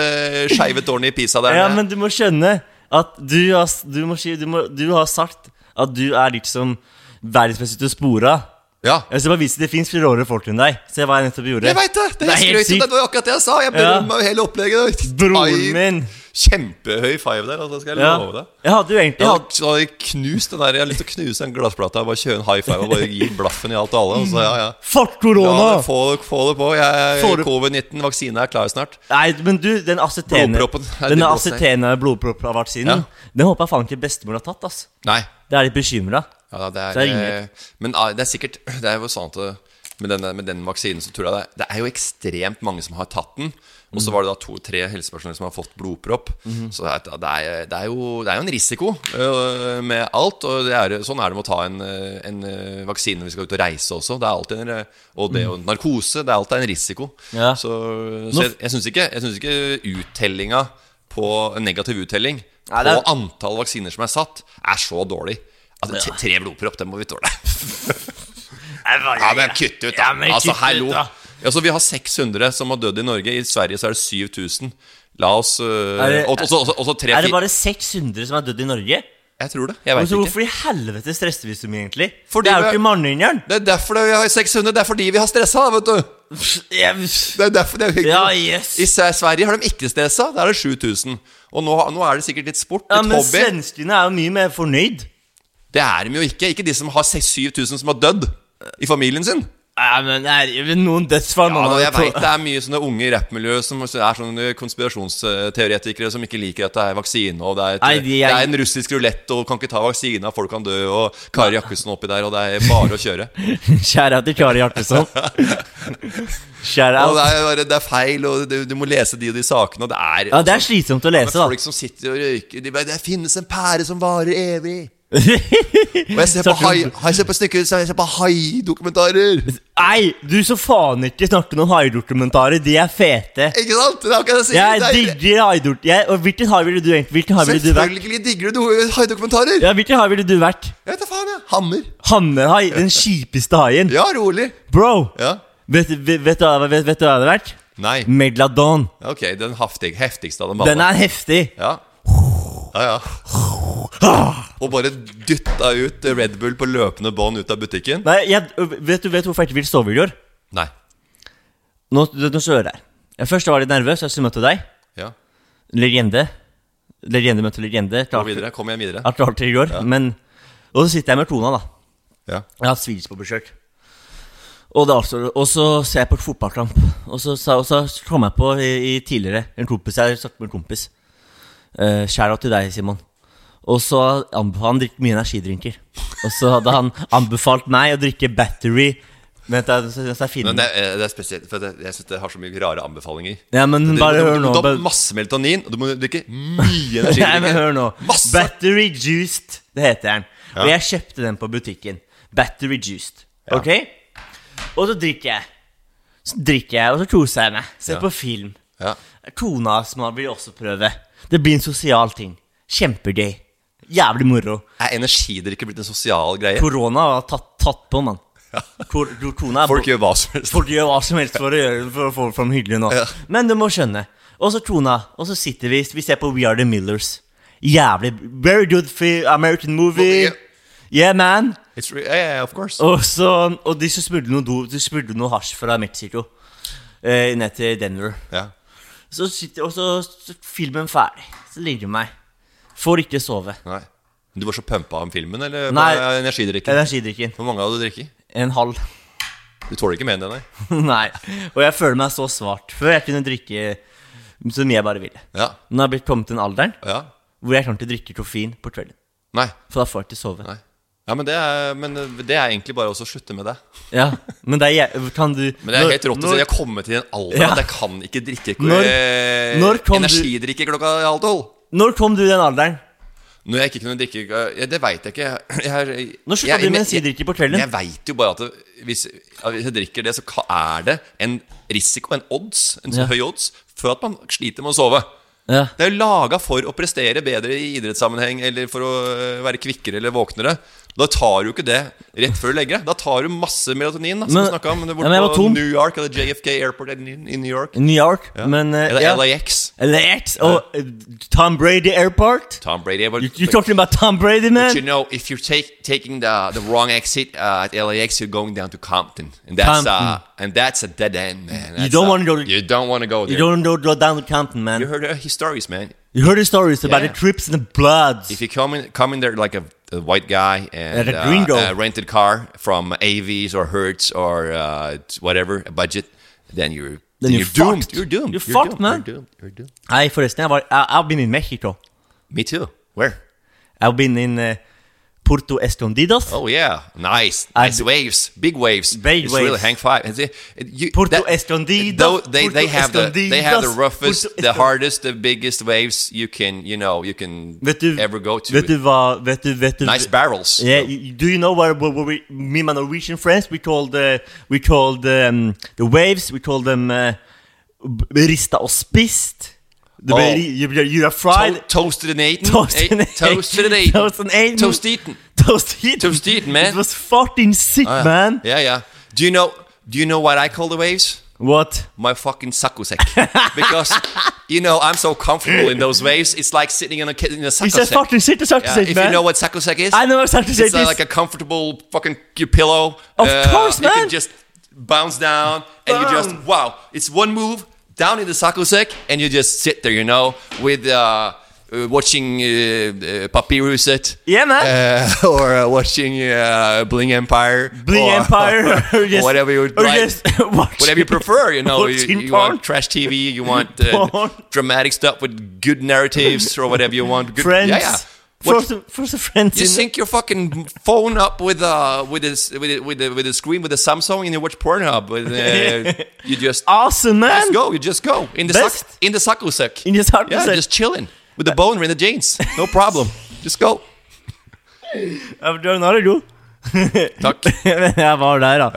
Speaker 3: skeive tårnet i Pisa der.
Speaker 1: Ja,
Speaker 3: nede.
Speaker 1: men du må skjønne at du har, du må, si- du må, du har sagt at du er liksom verdens beste til å spore av.
Speaker 3: ja.
Speaker 1: Jeg skal bare vise det fins råere folk enn deg. Se hva jeg nettopp gjorde.
Speaker 3: Jeg veit det! Det,
Speaker 1: er helt
Speaker 3: skrøt, det
Speaker 1: sykt.
Speaker 3: var jo akkurat det jeg sa!
Speaker 1: Ja.
Speaker 3: Jeg berømmer jo hele opplegget.
Speaker 1: Broren min.
Speaker 3: Kjempehøy five der, altså, skal jeg
Speaker 1: Ja.
Speaker 3: love deg.
Speaker 1: Jeg hadde jo egentlig
Speaker 3: Jeg
Speaker 1: jeg hadde,
Speaker 3: hadde, så hadde jeg knust den der Jeg har lyst til å knuse den glassplata. Bare kjøre en high five og bare gi blaffen i alt og alle. Og så, ja, ja.
Speaker 1: Fart
Speaker 3: Ja,
Speaker 1: korona!
Speaker 3: det- få, det- få det på. Jeg-
Speaker 1: Får du-
Speaker 3: Covid-19, vaksine er klar snart.
Speaker 1: Nei, men du, den acetene
Speaker 3: Blodproppen. Nei,
Speaker 1: Den
Speaker 3: det er
Speaker 1: acetene blodproppavaksinen,
Speaker 3: Ja.
Speaker 1: den håper jeg faen ikke bestemor har tatt, ass.
Speaker 3: Nei.
Speaker 1: Det er litt bekymra.
Speaker 3: Ja, det
Speaker 1: Så
Speaker 3: er,
Speaker 1: jeg ringer.
Speaker 3: eh, men ah, det er sånn sikkert Det er jo sant at med den, med den vaksinen så tror jeg det er, det er jo ekstremt mange som har tatt den. Og så var det da to-tre helsepersonell som har fått blodpropp. Så det er, det, er, det, er jo, det er jo en risiko øh, med alt. Og det er, sånn er det med å ta en, øh, en øh, vaksine når vi skal ut og reise også. Det er alltid en, øh, og det og narkose. Det er alltid en risiko.
Speaker 1: Ja.
Speaker 3: Så,
Speaker 1: Nå-
Speaker 3: så jeg, jeg syns ikke, jeg synes ikke uttellinga på en negativ uttelling
Speaker 1: Nei, det er-
Speaker 3: på antall vaksiner som er satt, er så dårlig. Altså, t- Tre blodpropp, det må vi tåle. Ja, men kutt ut, da!
Speaker 1: Ja, men
Speaker 3: altså,
Speaker 1: kutt ut,
Speaker 3: hallo!
Speaker 1: da.
Speaker 3: Altså, vi har 600 som har dødd i Norge. I Sverige så er det 7000. La oss øh,
Speaker 1: Er det-
Speaker 3: og- også- også- også tre
Speaker 1: Er det
Speaker 3: fi-
Speaker 1: bare 600 som er dødd i Norge?
Speaker 3: Jeg tror det. Jeg vet
Speaker 1: Altså,
Speaker 3: ikke.
Speaker 1: hvorfor i helvete stresser vi så mye, egentlig?
Speaker 3: Fordi
Speaker 1: det er jo
Speaker 3: vi-
Speaker 1: ikke mannlinjeren!
Speaker 3: Det er derfor det- vi har 600. Det er fordi vi har stressa, vet du.
Speaker 1: Ja,
Speaker 3: Det er derfor det er hyggelig.
Speaker 1: Ja, yes.
Speaker 3: I Sve- Sverige har de ikke stressa. Der er det 7000. Og nå, nå er det sikkert litt sport, litt
Speaker 1: men
Speaker 3: hobby.
Speaker 1: svenskene er jo mye mer fornøyd.
Speaker 3: Det er de jo ikke. Ikke de som har 7000 som har dødd i familien sin.
Speaker 1: Ja, men det er jo noen dødsfall
Speaker 3: Ja,
Speaker 1: man
Speaker 3: da,
Speaker 1: har
Speaker 3: jeg
Speaker 1: to-
Speaker 3: vet det er mye sånne unge i rappmiljøet som er sånne konspirasjonsteoretikere som ikke liker at det er vaksine, og det er, et,
Speaker 1: Nei, de er-
Speaker 3: det er en russisk rulett, og kan ikke ta vaksine, og folk kan dø, og Kari Jakkesen oppi der, og det er bare å kjøre.
Speaker 1: Kjære til Kari Hjarteson. Kjære
Speaker 3: Og det er, bare, det er feil, og du, du må lese de og de sakene, og det er
Speaker 1: Ja, det er slitsomt å lese,
Speaker 3: Men
Speaker 1: da.
Speaker 3: folk som sitter og røyker de bare, Det finnes en pære som varer evig. Og jeg ser på,
Speaker 1: Starter
Speaker 3: hai,
Speaker 1: du-
Speaker 3: jeg ser på stykker, så jeg ser på haidokumentarer.
Speaker 1: Nei, du så faen ikke snakke om haidokumentarer. De er fete.
Speaker 3: Ikke sant? Det er akkurat det jeg sier.
Speaker 1: Jeg
Speaker 3: Det er-
Speaker 1: digger haidort... Jeg- Og hvilken hai ville du egentlig Hvilken hai ville du vært?
Speaker 3: Selvfølgelig digger du do- haidokumentarer.
Speaker 1: Ja, hvilken hai ville du vært?
Speaker 3: Jeg vet da faen, jeg. Hammer.
Speaker 1: Hannehai. Den kjipeste haien.
Speaker 3: Ja, rolig.
Speaker 1: Bro!
Speaker 3: Ja.
Speaker 1: Vet, vet, vet, du hva- vet, vet du hva jeg hadde vært?
Speaker 3: Nei.
Speaker 1: Megladon.
Speaker 3: Ok, den haftig, heftigste av dem alle.
Speaker 1: Den er heftig.
Speaker 3: Ja. Ja, ja. Og bare dytta ut Red Bull på løpende bånd ut av butikken?
Speaker 1: Nei, jeg, vet, du, vet du hvorfor jeg ikke vil sove i går?
Speaker 3: Nei.
Speaker 1: Nå, nå så hører jeg. Jeg først var litt nervøs, jeg så møtte deg.
Speaker 3: Ja.
Speaker 1: Legende. Legende møtte legende.
Speaker 3: Gå
Speaker 1: Klarte
Speaker 3: videre. Kom igjen videre.
Speaker 1: klarte det i går. Men Og så sitter jeg med Tona, da.
Speaker 3: Ja.
Speaker 1: Jeg har hatt svigers på besøk. Og, da altså- og så ser jeg på et fotballkamp. Og så, sa- og så kom jeg på i, i tidligere en kompis Jeg snakket med en kompis. Uh, til deg, Simon. Og så anbefalte han drikke mye energidrinker. Og så hadde han anbefalt meg å drikke Battery. Vent, da, så- så er jeg finner den.
Speaker 3: Men det, eh, det er spesielt, for det, jeg syns det har så mye rare anbefalinger.
Speaker 1: Ja, men
Speaker 3: Du-
Speaker 1: bare
Speaker 3: du,
Speaker 1: hør
Speaker 3: du,
Speaker 1: nå.
Speaker 3: du, må ta
Speaker 1: Bare-
Speaker 3: masse melatonin, og du må drikke mye energi.
Speaker 1: Nei, men hør nå.
Speaker 3: Masse.
Speaker 1: Battery Juiced, det heter den. Og
Speaker 3: Ja.
Speaker 1: jeg kjøpte den på butikken. Battery Juiced. Ok? Og så drikker jeg. Så drikker jeg, og så koser jeg meg. Ser
Speaker 3: Ja.
Speaker 1: på film.
Speaker 3: Ja.
Speaker 1: Kona som har vil også prøve. Det blir en sosial ting. Kjempegøy. Jævlig moro.
Speaker 3: Er energidrikke blitt en sosial greie?
Speaker 1: Korona har tatt, tatt på, mann. Kor- Kona er
Speaker 3: Folk gjør hva som helst.
Speaker 1: Folk gjør hva som helst for å gjøre For å få det fram hyggelig nå.
Speaker 3: Ja.
Speaker 1: Men du må skjønne. Og så Tona. Og så sitter vi Vi ser på We Are The Millers. Jævlig Very good fi- American movie.
Speaker 3: Movie,
Speaker 1: Yeah, man.
Speaker 3: It's re- yeah, yeah, of course.
Speaker 1: Og så Og de som smuglet noe do De smuglet noe hasj fra Mexico eh, ned til Denver.
Speaker 3: Ja.
Speaker 1: Så sitter Og så så filmen ferdig. Så ligger jeg meg. Får ikke sove.
Speaker 3: Nei. Du var så pumpa om filmen, eller
Speaker 1: Nei.
Speaker 3: bare energidrikken?
Speaker 1: Energidrikken.
Speaker 3: Hvor mange hadde du drukket?
Speaker 1: En halv.
Speaker 3: Du tåler ikke mer enn det, nei?
Speaker 1: Nei. Og jeg føler meg så svart. Før jeg kunne drikke så mye jeg bare ville.
Speaker 3: Ja.
Speaker 1: Nå har jeg blitt kommet til den alderen
Speaker 3: ja.
Speaker 1: hvor jeg kan ikke drikke koffein på kvelden.
Speaker 3: Nei.
Speaker 1: For da får jeg ikke sove.
Speaker 3: nei. Ja, men det, er, men eh, det er egentlig bare også å slutte med det.
Speaker 1: Ja, Men det er jæ- Kan du
Speaker 3: Men det er
Speaker 1: når-
Speaker 3: helt rått å
Speaker 1: når-
Speaker 3: si jeg har kommet til en alder
Speaker 1: Ja.
Speaker 3: at jeg kan ikke drikke
Speaker 1: Når-
Speaker 3: eh,
Speaker 1: når kom du-
Speaker 3: energidrikke klokka halv tolv.
Speaker 1: Når kom du i den alderen?
Speaker 3: Når jeg ikke kunne drikke eh, Det veit jeg ikke. Jeg, jeg,
Speaker 1: Når slutta
Speaker 3: jeg-
Speaker 1: du med
Speaker 3: men-
Speaker 1: energidrikke på kvelden?
Speaker 3: Jeg, jeg veit jo bare at det, hvis, ja, hvis jeg drikker det, så ka- er det en risiko, en odds, en så
Speaker 1: Ja.
Speaker 3: høy odds, for at man sliter med å sove.
Speaker 1: Ja.
Speaker 3: Det er jo laga for å prestere bedre i idrettssammenheng eller for å øh, være kvikkere eller våknere. Da tar du ikke det rett før du legger deg. Da tar du masse melatonin. Da, som
Speaker 1: Men-
Speaker 3: vi snakket om
Speaker 1: Ja,
Speaker 3: borte
Speaker 1: men jeg var
Speaker 3: på
Speaker 1: tom.
Speaker 3: New York eller JFK Airport i i New York.
Speaker 1: New York, men eh,
Speaker 3: Eller
Speaker 1: ja.
Speaker 3: LAX.
Speaker 1: LAX og eh, Tom Brady Airport?
Speaker 3: Tom Brady Airport.
Speaker 1: You, you're talking about Tom Brady,
Speaker 3: But you
Speaker 1: man?
Speaker 3: know, if you're take, taking the, the wrong exit uh, at LAX, you're going down to Compton, and that's uh, and that's a dead end, man. That's
Speaker 1: don't
Speaker 3: a-
Speaker 1: wanna go to-
Speaker 3: You don't want to go
Speaker 1: You
Speaker 3: there. You,
Speaker 1: don't go go down to Compton, man.
Speaker 3: heard uh, his stories, man.
Speaker 1: You heard the stories about
Speaker 3: Yeah.
Speaker 1: the trips and the bloods.
Speaker 3: If you come in, come in there like a, a white guy and
Speaker 1: Like a gringo.
Speaker 3: uh, a rented car from Avis or Hertz or uh, t- whatever a budget, then you're
Speaker 1: Then you're
Speaker 3: you're, doomed.
Speaker 1: fucked.
Speaker 3: You're doomed.
Speaker 1: You're fucked,
Speaker 3: doomed.
Speaker 1: man.
Speaker 3: You're doomed. You're doomed.
Speaker 1: Nei, forresten, jeg var I, I've been in Mexico.
Speaker 3: Me too. Where?
Speaker 1: I've been in eh, Porto Escondidos.
Speaker 3: Oh yeah, nice, nice
Speaker 1: And-
Speaker 3: waves, big waves.
Speaker 1: Big
Speaker 3: it's really
Speaker 1: waves.
Speaker 3: hang five. And see, it- you-
Speaker 1: Porto Escondido,
Speaker 3: though They, they
Speaker 1: Porto
Speaker 3: have the they have the
Speaker 1: Escondidos,
Speaker 3: roughest,
Speaker 1: Porto
Speaker 3: the
Speaker 1: Escon-
Speaker 3: hardest, the biggest waves you can you know you can
Speaker 1: Vet du,
Speaker 3: ever go to.
Speaker 1: vet du hva vet du, vet du,
Speaker 3: nice barrels.
Speaker 1: Yeah, you- you- do you know what, what, what we, me and my Norwegian friends, we called, uh, we called um, the waves, we called them uh, b- rista og spist. The,
Speaker 3: Oh.
Speaker 1: you, you are
Speaker 3: To-
Speaker 1: fried.
Speaker 3: toasted and eaten.
Speaker 1: Toasted and
Speaker 3: Eh, toasted and
Speaker 1: eaten.
Speaker 3: eaten.
Speaker 1: Toast and eaten.
Speaker 3: Toast eaten.
Speaker 1: Toast eaten.
Speaker 3: Toast eaten, man.
Speaker 1: It was fucking sick,
Speaker 3: Ah,
Speaker 1: man.
Speaker 3: Yeah, yeah. Do you know? Do you know what I call the waves?
Speaker 1: What?
Speaker 3: my fucking sakosek because you know I'm so comfortable in those waves. It's like sitting in a ki- in a
Speaker 1: He said
Speaker 3: sakosek.
Speaker 1: fucking shit to suck
Speaker 3: Yeah,
Speaker 1: sick,
Speaker 3: if
Speaker 1: man.
Speaker 3: you know what sakosek is,
Speaker 1: I know what sakosek
Speaker 3: It's uh,
Speaker 1: is.
Speaker 3: like a comfortable fucking c- pillow. Uh,
Speaker 1: Of course,
Speaker 3: You can
Speaker 1: man.
Speaker 3: just bounce down and you just
Speaker 1: Bounce.
Speaker 3: wow. It's one move down in the sakosek and you just sit there, you know, with. Uh, uh, watching uh, uh, Papyruset.
Speaker 1: Yeah, man.
Speaker 3: Uh, or uh, watching uh, Bling Empire.
Speaker 1: Bling
Speaker 3: or-
Speaker 1: Empire, or just-
Speaker 3: Oh. whatever you would
Speaker 1: or
Speaker 3: like.
Speaker 1: just watch-
Speaker 3: whatever you prefer, you know. You,
Speaker 1: watching
Speaker 3: you
Speaker 1: porn.
Speaker 3: want trash TV, you want uh,
Speaker 1: Porn.
Speaker 3: dramatic stuff with good narratives or whatever you want. Good,
Speaker 1: friends.
Speaker 3: Yeah, yeah.
Speaker 1: For
Speaker 3: What-
Speaker 1: some, for some friends.
Speaker 3: you
Speaker 1: in-
Speaker 3: sync your fucking phone up with uh with this with a, with a, with a screen with a Samsung and you watch Pornhub. With, uh, you just
Speaker 1: awesome, Oh, man.
Speaker 3: just go. You just go in the
Speaker 1: Best.
Speaker 3: sack, in the saku sack.
Speaker 1: In the saku
Speaker 3: yeah,
Speaker 1: sack.
Speaker 3: just chilling with the boner in the jeans. No problem. just go.
Speaker 1: Ja, Du har jo
Speaker 3: Takk.
Speaker 1: Men jeg var der, da.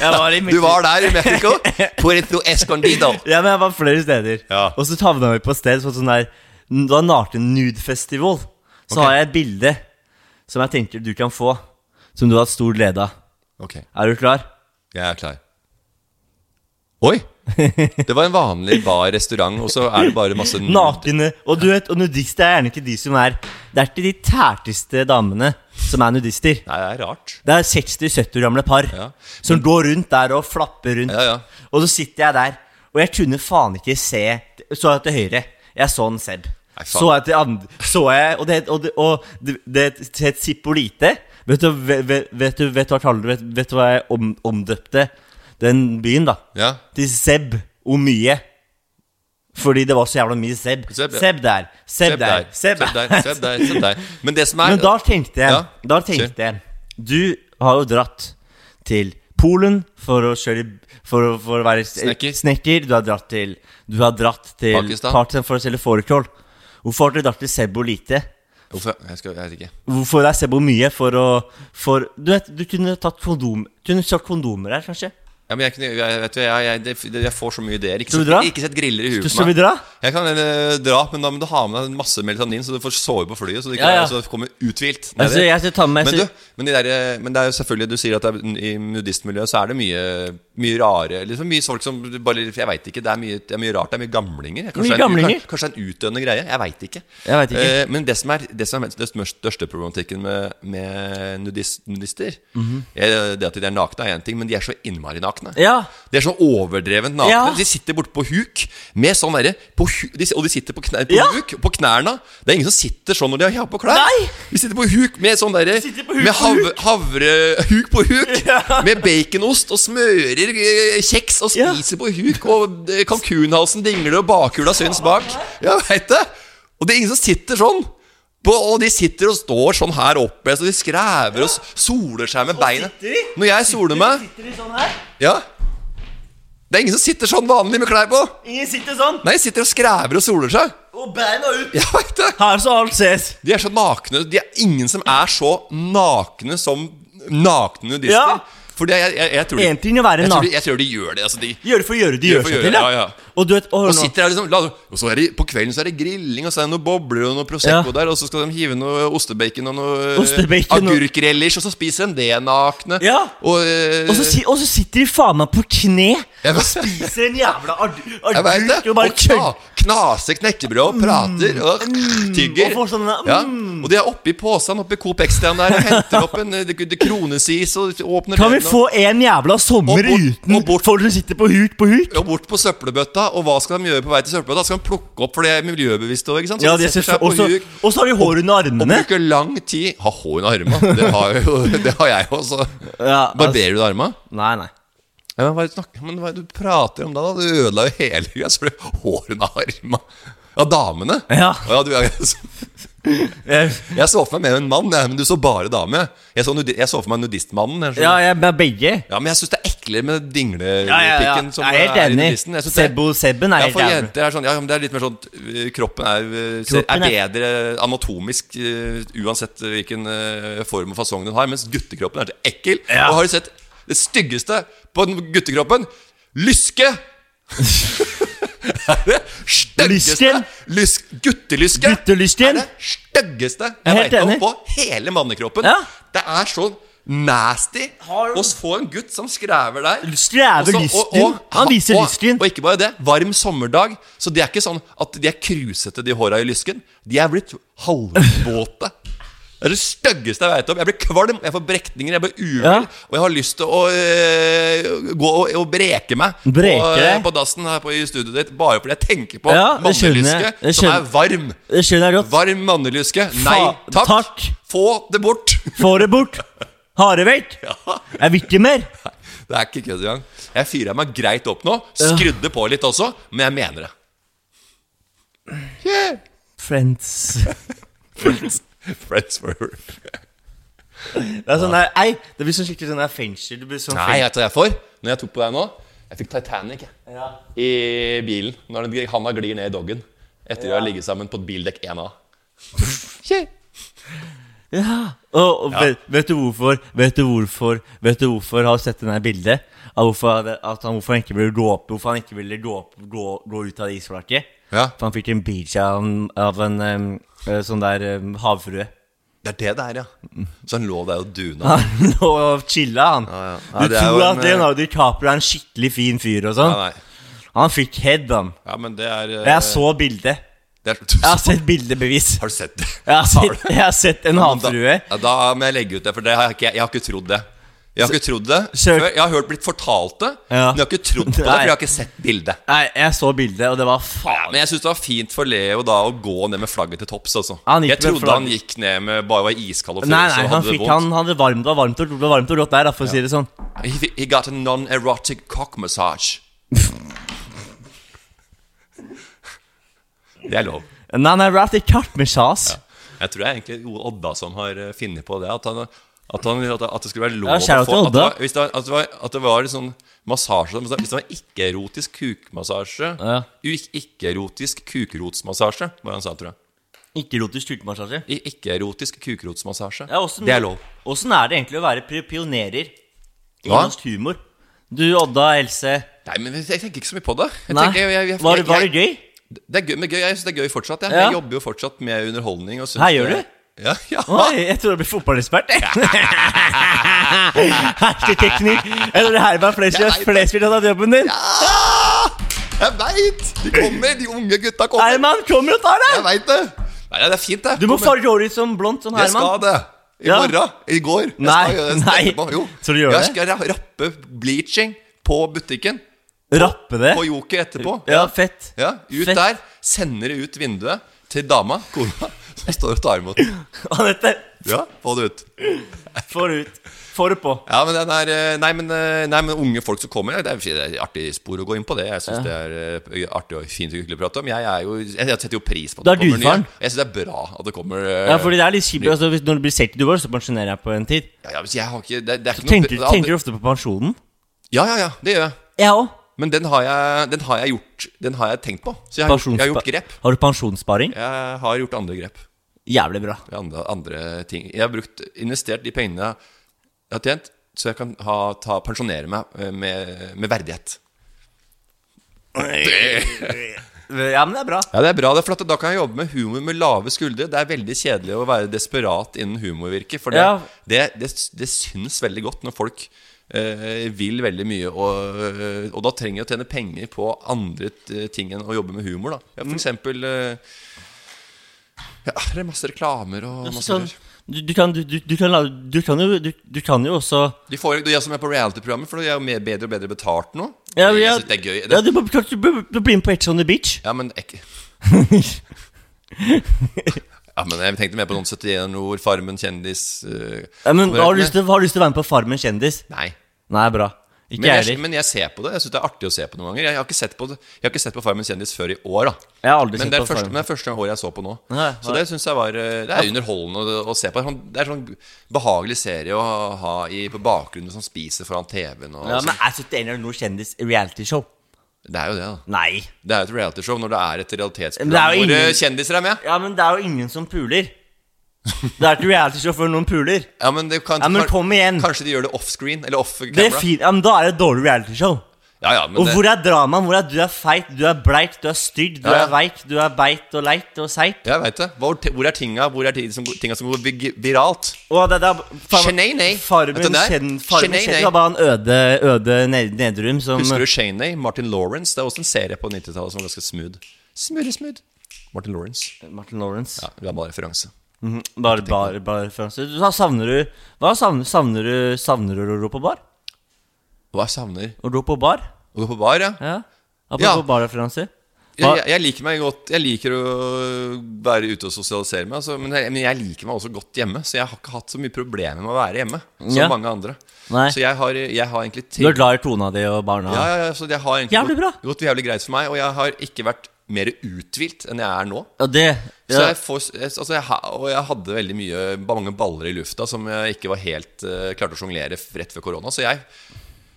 Speaker 1: Jeg var i
Speaker 3: Du var der i Mexico. Puerto Escondido.
Speaker 1: Ja, men jeg var flere steder.
Speaker 3: Ja.
Speaker 1: Og så havna vi på et sted sånn sånn der Det var Narten Nude Festival. Så
Speaker 3: Ok.
Speaker 1: har jeg et bilde som jeg tenker du kan få, som du har hatt stor glede av.
Speaker 3: Ok,
Speaker 1: Er du klar?
Speaker 3: jeg er klar. Oi! Det var en vanlig bar-restaurant, og så er det bare masse
Speaker 1: Nakne. Og du vet, og nudister er gjerne ikke de som er Det er ikke de tærteste damene som er nudister.
Speaker 3: Nei, det er rart.
Speaker 1: Det er 60-70 gamle par
Speaker 3: Ja.
Speaker 1: som går rundt der og flapper rundt.
Speaker 3: Ja, ja.
Speaker 1: Og så sitter jeg der, og jeg kunne faen ikke se Så jeg til høyre. Jeg så en sebb.
Speaker 3: Nei, faen.
Speaker 1: Så jeg til andre Så jeg Og det, og det, og det, det til et Zippolite. Vet du, vet, vet, vet du, vet du hva tallet- vet, vet du hva jeg om, omdøpte den byen, da?
Speaker 3: Ja.
Speaker 1: Til Seb og mye. Fordi det var så jævla mye Seb.
Speaker 3: Seb, ja.
Speaker 1: Seb der, Seb
Speaker 3: Seb der,
Speaker 1: der, Seb
Speaker 3: seb der, seb der. Seb der. Men det som er
Speaker 1: men da tenkte jeg,
Speaker 3: Ja,
Speaker 1: da tenkte jeg Du har jo dratt til Polen for å kjøre For å, for å være s-
Speaker 3: Snekker.
Speaker 1: snekker. Du har dratt til Du har dratt til
Speaker 3: Pakistan.
Speaker 1: for å selge fårikål. Hvorfor har du dratt til Sebo lite?
Speaker 3: Hvorfor? Jeg, skal, jeg vet ikke.
Speaker 1: Hvorfor det er Sebo mye for å For Du vet, du kunne tatt kondom Kunne solgt kondomer her, kanskje?
Speaker 3: Ja, men jeg, kunne, jeg, vet du, jeg, jeg, det- det- jeg får så mye ideer. Ikke,
Speaker 1: Skal vi
Speaker 3: sett-
Speaker 1: dra?
Speaker 3: ikke sett griller i huet
Speaker 1: Så
Speaker 3: på
Speaker 1: skal vi
Speaker 3: meg.
Speaker 1: dra?
Speaker 3: Jeg kan eh, dra, men da må du ha med deg en masse melatonin, så du får sove på flyet. Så du, ikke,
Speaker 1: Ja, ja.
Speaker 3: Så du kommer uthvilt. ned
Speaker 1: Altså,
Speaker 3: dit.
Speaker 1: jeg skal ta med meg-
Speaker 3: men, du, men, de der, eh, men det er jo selvfølgelig Du sier at det er, i nudistmiljøet så er det mye, mye rare liksom Mye folk som bare Jeg veit ikke. Det er, mye, det er mye rart. Det er mye gamlinger. Kanskje
Speaker 1: Mye
Speaker 3: det er en-
Speaker 1: gamlinger.
Speaker 3: Kanskje, kanskje det er en utdøende greie. Jeg veit ikke.
Speaker 1: Jeg vet ikke.
Speaker 3: Eh, men det som er, det som er den største, største problematikken med, med nudis, nudister er Det at de er nakne, er én ting, men de er så innmari nakne.
Speaker 1: Ja.
Speaker 3: De er så overdrevent nakne.
Speaker 1: Ja.
Speaker 3: De sitter borte på huk med sånn derre på hu- de, Og de sitter på, knær, på
Speaker 1: Ja.
Speaker 3: huk, på knærne. Det er ingen som sitter sånn når de har på klær.
Speaker 1: Nei.
Speaker 3: De sitter på huk med sånn derre
Speaker 1: sitter på huk
Speaker 3: Med
Speaker 1: på
Speaker 3: hav,
Speaker 1: huk.
Speaker 3: havrehuk på huk.
Speaker 1: Ja.
Speaker 3: Med baconost og smører eh, kjeks og
Speaker 1: Ja.
Speaker 3: spiser på huk. Og eh, kalkunhalsen dingler, og bakhjula syns bak. Ja, veit det! Og det er ingen som sitter sånn. På, og de sitter og står sånn her oppe, så de skræver og s- soler seg med beinet.
Speaker 1: sitter de?
Speaker 3: Når jeg soler meg
Speaker 1: Sitter de sånn her?
Speaker 3: ja. Det er ingen som sitter sånn vanlig med klær på.
Speaker 1: Ingen sitter sånn.
Speaker 3: Nei, sitter og skræver og soler seg.
Speaker 1: Og beina ut.
Speaker 3: Jeg vet det.
Speaker 1: Her så alt ses.
Speaker 3: De er så nakne. De er ingen som er så nakne som nakne nudister.
Speaker 1: Ja.
Speaker 3: Fordi jeg, jeg, jeg tror de-
Speaker 1: En ting å være
Speaker 3: jeg tror de-
Speaker 1: naken.
Speaker 3: Jeg tror de gjør det. Altså de,
Speaker 1: Gjør det for å gjøre det
Speaker 3: Gjør
Speaker 1: gjør
Speaker 3: for å
Speaker 1: seg
Speaker 3: gjøre,
Speaker 1: til,
Speaker 3: ja, ja.
Speaker 1: Og du vet og hør
Speaker 3: og
Speaker 1: nå.
Speaker 3: sitter der liksom la, Og så er det, på kvelden så er det grilling, og så er det noen bobler og noe Prosecco
Speaker 1: Ja.
Speaker 3: der, og så skal de hive noe ostebacon og noe
Speaker 1: Ostebacon og-
Speaker 3: agurkrelish, og så spiser de det nakne.
Speaker 1: Ja.
Speaker 3: Og, eh,
Speaker 1: Og så, si, og så sitter de faen meg på kne
Speaker 3: Jeg
Speaker 1: og
Speaker 3: vet-
Speaker 1: spiser en jævla agurk
Speaker 3: Jeg vet det.
Speaker 1: og
Speaker 3: Og
Speaker 1: bare
Speaker 3: kna,
Speaker 1: kødder.
Speaker 3: knaser knekkebrød og prater og
Speaker 1: mm,
Speaker 3: tygger.
Speaker 1: og får sånne,
Speaker 3: ja.
Speaker 1: mm.
Speaker 3: og de er oppi posen oppi Coop Extraen der og henter opp en eh, det- det kronesis og åpner
Speaker 1: Kan vi
Speaker 3: den og-
Speaker 1: få en jævla
Speaker 3: Og
Speaker 1: sommer
Speaker 3: bort-
Speaker 1: uten
Speaker 3: og bort-
Speaker 1: folk som sitter på huk på huk?
Speaker 3: og bort på søppelbøtta, og hva skal de gjøre på vei til søppelbøtta? Skal de plukke opp, for det er miljøbevisst òg, ikke sant? Så
Speaker 1: Ja,
Speaker 3: de
Speaker 1: det
Speaker 3: setter seg
Speaker 1: er
Speaker 3: på huk.
Speaker 1: Og så har de hår under
Speaker 3: Og
Speaker 1: armene.
Speaker 3: bruker lang tid Ha hår under armene. Det har jo det har jeg også.
Speaker 1: Ja, altså-
Speaker 3: Barberer du armene?
Speaker 1: Nei, nei.
Speaker 3: Ja, men hva er det du snakker Men hva er det du prater om da? da? Du ødela jo hele greia. Så ble det hår under armene. Ja, damene?
Speaker 1: Ja.
Speaker 3: Å ja du er Jeg så for meg mer en mann, jeg, men du så bare dame. Jeg så, nudi jeg så for meg nudistmannen. jeg skjønner.
Speaker 1: Ja, jeg er begge.
Speaker 3: Ja, men jeg syns det er eklere med dinglepikken
Speaker 1: Ja, ja, ja.
Speaker 3: som
Speaker 1: Jeg er helt
Speaker 3: er i
Speaker 1: enig.
Speaker 3: nudisten. Jeg synes det-
Speaker 1: Sebo Sebben er
Speaker 3: ja,
Speaker 1: helt
Speaker 3: for
Speaker 1: jævlig.
Speaker 3: jenter er sånn Ja, men det er litt mer sånn øh, Kroppen er, øh, ser-
Speaker 1: Kroppen
Speaker 3: er
Speaker 1: er-
Speaker 3: bedre anatomisk øh, uansett hvilken øh, form og fasong den har, mens guttekroppen er så ekkel.
Speaker 1: Ja.
Speaker 3: Og har du sett det styggeste på den guttekroppen? Lyske! Det er det styggeste
Speaker 1: Lysken?
Speaker 3: Lysk, Guttelyske
Speaker 1: Guttelysken?
Speaker 3: er det styggeste
Speaker 1: Jeg er
Speaker 3: jeg
Speaker 1: helt
Speaker 3: vet om
Speaker 1: enig.
Speaker 3: på hele mannekroppen.
Speaker 1: Ja.
Speaker 3: Det er så nasty
Speaker 1: Har-
Speaker 3: å få en gutt som skrever der.
Speaker 1: Skrever
Speaker 3: Også-
Speaker 1: lysken. Han viser lysken.
Speaker 3: Og ikke bare det, varm sommerdag. Så det er ikke sånn at de er krusete, de håra i lysken. De er blitt halvvåte. Det er det styggeste jeg veit om. Jeg blir kvalm, jeg får brekninger, jeg blir uvel.
Speaker 1: Ja.
Speaker 3: Og jeg har lyst til å øh, gå og, og breke meg
Speaker 1: Breke
Speaker 3: på, eh,
Speaker 1: deg.
Speaker 3: på dassen her på, i studioet ditt bare fordi jeg tenker på
Speaker 1: Ja, det skjønner
Speaker 3: mannelyske
Speaker 1: jeg. Det
Speaker 3: som er
Speaker 1: skjønner-
Speaker 3: varm.
Speaker 1: Det skjønner jeg godt.
Speaker 3: Varm mannelyske. Nei takk.
Speaker 1: takk.
Speaker 3: Få det bort.
Speaker 1: Få det bort. Harevelt. Jeg vil ikke mer.
Speaker 3: Det er ikke kødd engang. Jeg fyrer meg greit opp nå. Skrudde på litt også, men jeg mener det. Yeah.
Speaker 1: Friends.
Speaker 3: Friends forever.
Speaker 1: Det er sånn der, ei, det blir sånn skikkelig sånn der fengsel. Det blir sånn
Speaker 3: Nei, vet du hva jeg får? Når jeg tok på deg nå Jeg fikk Titanic jeg.
Speaker 1: fengsel. Ja.
Speaker 3: i bilen. Når den handa glir ned i doggen etter å ha ligget sammen på et bildekk 1A. Yeah.
Speaker 1: Og, og Vet, vet du hvorfor Vet du hvorfor Vet du hvorfor har du sett det der bildet? Av hvorfor, det- at han, hvorfor han ikke ville gå opp Hvorfor han ikke ville gå, opp, gå, gå ut av det isflaket?
Speaker 3: Ja.
Speaker 1: For han fikk en beach av en, av en em, eh, sånn der em, havfrue.
Speaker 3: Det er det det er, ja. Så han lå der og duna.
Speaker 1: Han lå og chilla, han.
Speaker 3: ja. Ja,
Speaker 1: du
Speaker 3: det er
Speaker 1: tror
Speaker 3: jo en, eh,
Speaker 1: at Leonardo DiCaprio er en skikkelig fin fyr og sånn?
Speaker 3: Ja, nei.
Speaker 1: han fikk head, han.
Speaker 3: ja men det er eh,
Speaker 1: Jeg så bildet.
Speaker 3: det er,
Speaker 1: Jeg har sett bildebevis.
Speaker 3: Har du sett det?
Speaker 1: Jeg har
Speaker 3: Har du-
Speaker 1: sett, jeg har sett en
Speaker 3: Men
Speaker 1: havfrue.
Speaker 3: Da, ja, da må jeg legge ut det, for det har jeg, ikke, jeg har ikke trodd det. Jeg har ikke trodd det
Speaker 1: Søk-
Speaker 3: før. Jeg har hørt blitt fortalt det,
Speaker 1: Ja.
Speaker 3: men jeg har ikke trodd på det,
Speaker 1: Nei.
Speaker 3: for jeg har ikke sett bildet.
Speaker 1: Nei, jeg så bildet, og det var faen
Speaker 3: Men jeg syns det var fint for Leo da å gå ned med flagget til topps. Altså.
Speaker 1: Han gikk
Speaker 3: Jeg
Speaker 1: med
Speaker 3: trodde
Speaker 1: flagg.
Speaker 3: han gikk ned med bare var iskald og
Speaker 1: Nei,
Speaker 3: følelser
Speaker 1: nei,
Speaker 3: og
Speaker 1: han
Speaker 3: hadde det
Speaker 1: fikk
Speaker 3: vondt.
Speaker 1: han hadde varmt, det var varmt, og, det var varmt og rått der, da, for å si det sånn.
Speaker 3: He, he got a non-erotic cock massage. det er lov.
Speaker 1: Nei, nei, Ralph, det er kart med sjas.
Speaker 3: Jeg tror det er egentlig O- Odda som har eh, funnet på det. At, han, at, han, at, at det skulle være lov
Speaker 1: Ja, shout out til
Speaker 3: at det,
Speaker 1: Odda.
Speaker 3: var, hvis det, var- at det var, at det var litt sånn massasje som- Hvis det var ikke-erotisk kukmassasje
Speaker 1: Ja.
Speaker 3: u- Ikke-erotisk kukrotsmassasje, var det han sa, tror jeg.
Speaker 1: Ikke rotisk styrkemassasje.
Speaker 3: I- Ikke-erotisk kukrotsmassasje.
Speaker 1: Ja, åssen-
Speaker 3: det er lov.
Speaker 1: Åssen er det egentlig å være pri- pionerer i
Speaker 3: Hva?
Speaker 1: norsk humor? Du, Odda, Else
Speaker 3: Nei, men jeg tenker ikke så mye på det. Jeg
Speaker 1: Nei,
Speaker 3: tenker, jeg, jeg, jeg,
Speaker 1: var, det- var det
Speaker 3: jeg-
Speaker 1: gøy?
Speaker 3: Det er gøy, men gøy, jeg synes det er gøy fortsatt. Jeg,
Speaker 1: Ja.
Speaker 3: jeg jobber jo fortsatt med underholdning. Og synes
Speaker 1: Her gjør
Speaker 3: det-
Speaker 1: du?
Speaker 3: Ja, ja.
Speaker 1: Oi, jeg tror jeg blir fotballekspert. jeg. Hersketeknikk. Jeg tror det her var flere som
Speaker 3: Jeg vet det.
Speaker 1: flere som har tatt jobben din.
Speaker 3: Ah! Jeg veit! De kommer, de unge gutta kommer.
Speaker 1: Herman kommer og tar
Speaker 3: Jeg
Speaker 1: det!
Speaker 3: veit det. Nei, nei, det er fint, det.
Speaker 1: Du må
Speaker 3: Kom igjen.
Speaker 1: farge håret ditt som blondt som
Speaker 3: Jeg skal
Speaker 1: Herman.
Speaker 3: det. I
Speaker 1: Ja.
Speaker 3: morgen. I går. Jeg
Speaker 1: Nei,
Speaker 3: skal gjøre det
Speaker 1: nei.
Speaker 3: etterpå. Jo.
Speaker 1: Så du gjør det?
Speaker 3: jeg skal ra- rappe bleaching på butikken.
Speaker 1: Rappe det.
Speaker 3: På Joker etterpå.
Speaker 1: Ja, fett.
Speaker 3: Ja, Ut
Speaker 1: Fett.
Speaker 3: der. Sender det ut vinduet til dama, kona, som står og tar imot.
Speaker 1: Anette,
Speaker 3: Ja, få det ut.
Speaker 1: få det ut. Få det på.
Speaker 3: Ja, men den er, eh, nei, men, eh, nei, men unge folk som kommer Det er det er et artig spor å gå inn på det. Jeg syns det er eh, artig og fint og hyggelig å prate om. Jeg, er jo, jeg jeg setter jo pris på at
Speaker 1: Du er
Speaker 3: det kommer nye.
Speaker 1: dyrebarn.
Speaker 3: Jeg syns det er bra at det kommer eh,
Speaker 1: Ja, fordi det er litt kjipt. Altså, hvis- når du blir 62 år, så pensjonerer jeg på en tid.
Speaker 3: ja, ja, hvis jeg har ikke, det, det er ikke noe-
Speaker 1: Tenker, tenker du ofte på pensjonen?
Speaker 3: Ja, ja, ja, det gjør jeg.
Speaker 1: Jeg òg.
Speaker 3: Men den har jeg, den har jeg gjort Den har jeg tenkt på. Så jeg har, gjort- jeg har gjort grep.
Speaker 1: Har du pensjonssparing?
Speaker 3: Jeg har gjort andre grep.
Speaker 1: Jævlig bra.
Speaker 3: Andre, andre ting. Jeg har brukt, investert de pengene jeg har tjent, så jeg kan ha, ta, pensjonere meg eh, med, med verdighet.
Speaker 1: Ja, men det er bra.
Speaker 3: Ja, det er bra, det, for at da kan jeg jobbe med humor med lave skuldre. Det er veldig kjedelig å være desperat innen humorvirket, for det,
Speaker 1: Ja.
Speaker 3: det, det, det syns veldig godt når folk eh, vil veldig mye, og, eh, og da trenger jeg å tjene penger på andre eh, ting enn å jobbe med humor. Da. Ja,
Speaker 1: Mm.
Speaker 3: for eksempel eh, ja, det er masse reklamer og masse
Speaker 1: Sånn,
Speaker 3: rør.
Speaker 1: du, du, kan, du, du, du, kan, la- du, kan jo, du, du kan jo også
Speaker 3: De får, de som er på reality-programmet, for de er jo mer- bedre og bedre betalt nå.
Speaker 1: ja,
Speaker 3: jeg
Speaker 1: ja,
Speaker 3: synes det er gøy.
Speaker 1: Ja,
Speaker 3: Det,
Speaker 1: du, må- klart du, bør- du blir med på Ex on the Beach.
Speaker 3: ja, men ek, ja, men jeg tenkte mer på sånn 71 ord, Farmen, kjendis eh,
Speaker 1: Ja, men
Speaker 3: hvor-
Speaker 1: har du, lyst til, har du lyst til å være med på Farmen kjendis?
Speaker 3: Nei.
Speaker 1: Nei, bra. Ikke
Speaker 3: Men
Speaker 1: jeg
Speaker 3: jeg,
Speaker 1: heller.
Speaker 3: men jeg ser på det. Jeg syns det er artig å se på noen ganger. Jeg har ikke sett på, det- jeg har ikke sett på Farmen kjendis før i år. da
Speaker 1: Jeg har aldri
Speaker 3: Men
Speaker 1: sett
Speaker 3: det er
Speaker 1: på
Speaker 3: første,
Speaker 1: Farmen.
Speaker 3: men det er første året jeg så på nå.
Speaker 1: Nei,
Speaker 3: så
Speaker 1: nei.
Speaker 3: det syns jeg var eh, Det er underholdende å, å se på. Det er sånn- Det er sånn behagelig serie å ha i, på bakgrunnen som spiser foran TV-en. Og,
Speaker 1: Ja,
Speaker 3: sånn.
Speaker 1: men er 71 år noe kjendis realityshow?
Speaker 3: Det er jo det, da.
Speaker 1: Nei.
Speaker 3: Det er jo et realityshow når det er et realitetsprogram
Speaker 1: Men det er jo
Speaker 3: hvor eh,
Speaker 1: ingen-
Speaker 3: kjendiser er med.
Speaker 1: Ja, men det er jo ingen som puler. Det er ikke realityshow før noen puler.
Speaker 3: Ja, men, det kan,
Speaker 1: Ja, men kom igjen.
Speaker 3: Kanskje de gjør det offscreen? Eller off
Speaker 1: Det er
Speaker 3: camera?
Speaker 1: fint, ja, men Da er det et dårlig realityshow.
Speaker 3: Ja, ja, men
Speaker 1: Og
Speaker 3: det,
Speaker 1: hvor er dramaet? Hvor er du er feit, du er bleit, du er stygg, du
Speaker 3: Ja, ja.
Speaker 1: er veik, du er beit og leit og seit?
Speaker 3: jeg veit det. Hvor, hvor er tinga, hvor er ting som, tinga som går vig- viralt?
Speaker 1: Og det, det er
Speaker 3: Shenei, nei.
Speaker 1: Farmen
Speaker 3: Vet du det?
Speaker 1: kjenn- Farmen
Speaker 3: Shenei,
Speaker 1: kjenn-
Speaker 3: nei.
Speaker 1: Det var bare en øde, øde ned, Nedrum som eh,
Speaker 3: Husker du Shaney? Martin Lawrence? Det er også en serie på 90-tallet som var ganske smooth. Smoothie smooth. Martin Lawrence.
Speaker 1: Martin Lawrence.
Speaker 3: Ja, Gammel referanse.
Speaker 1: Mhm. Bare, bare, bare for- så Da savner du Hva savner, savner du Savner du å dra på bar?
Speaker 3: Hva jeg savner?
Speaker 1: Å dra på bar?
Speaker 3: Å gå på bar, ja.
Speaker 1: Ja.
Speaker 3: Ja.
Speaker 1: Apropos barreferanser.
Speaker 3: Jeg,
Speaker 1: Hva-
Speaker 3: jeg, jeg liker meg godt Jeg liker å være ute og sosialisere meg, altså, men, jeg, men jeg liker meg også godt hjemme. Så jeg har ikke hatt så mye problemer med å være hjemme som
Speaker 1: Ja.
Speaker 3: mange andre.
Speaker 1: Nei.
Speaker 3: Så jeg har, jeg har egentlig
Speaker 1: Du er
Speaker 3: til,
Speaker 1: glad i tona di og barna?
Speaker 3: ja, ja, ja, så det har egentlig
Speaker 1: Jævlig bra.
Speaker 3: gått, gått jævlig greit for meg. Og jeg har ikke vært mer uthvilt enn jeg er nå.
Speaker 1: Og det
Speaker 3: Så
Speaker 1: ja.
Speaker 3: jeg får, jeg- altså jeg, ha- og jeg hadde veldig mye, mange baller i lufta som jeg ikke var helt eh, klarte å sjonglere f- rett før korona. Så jeg,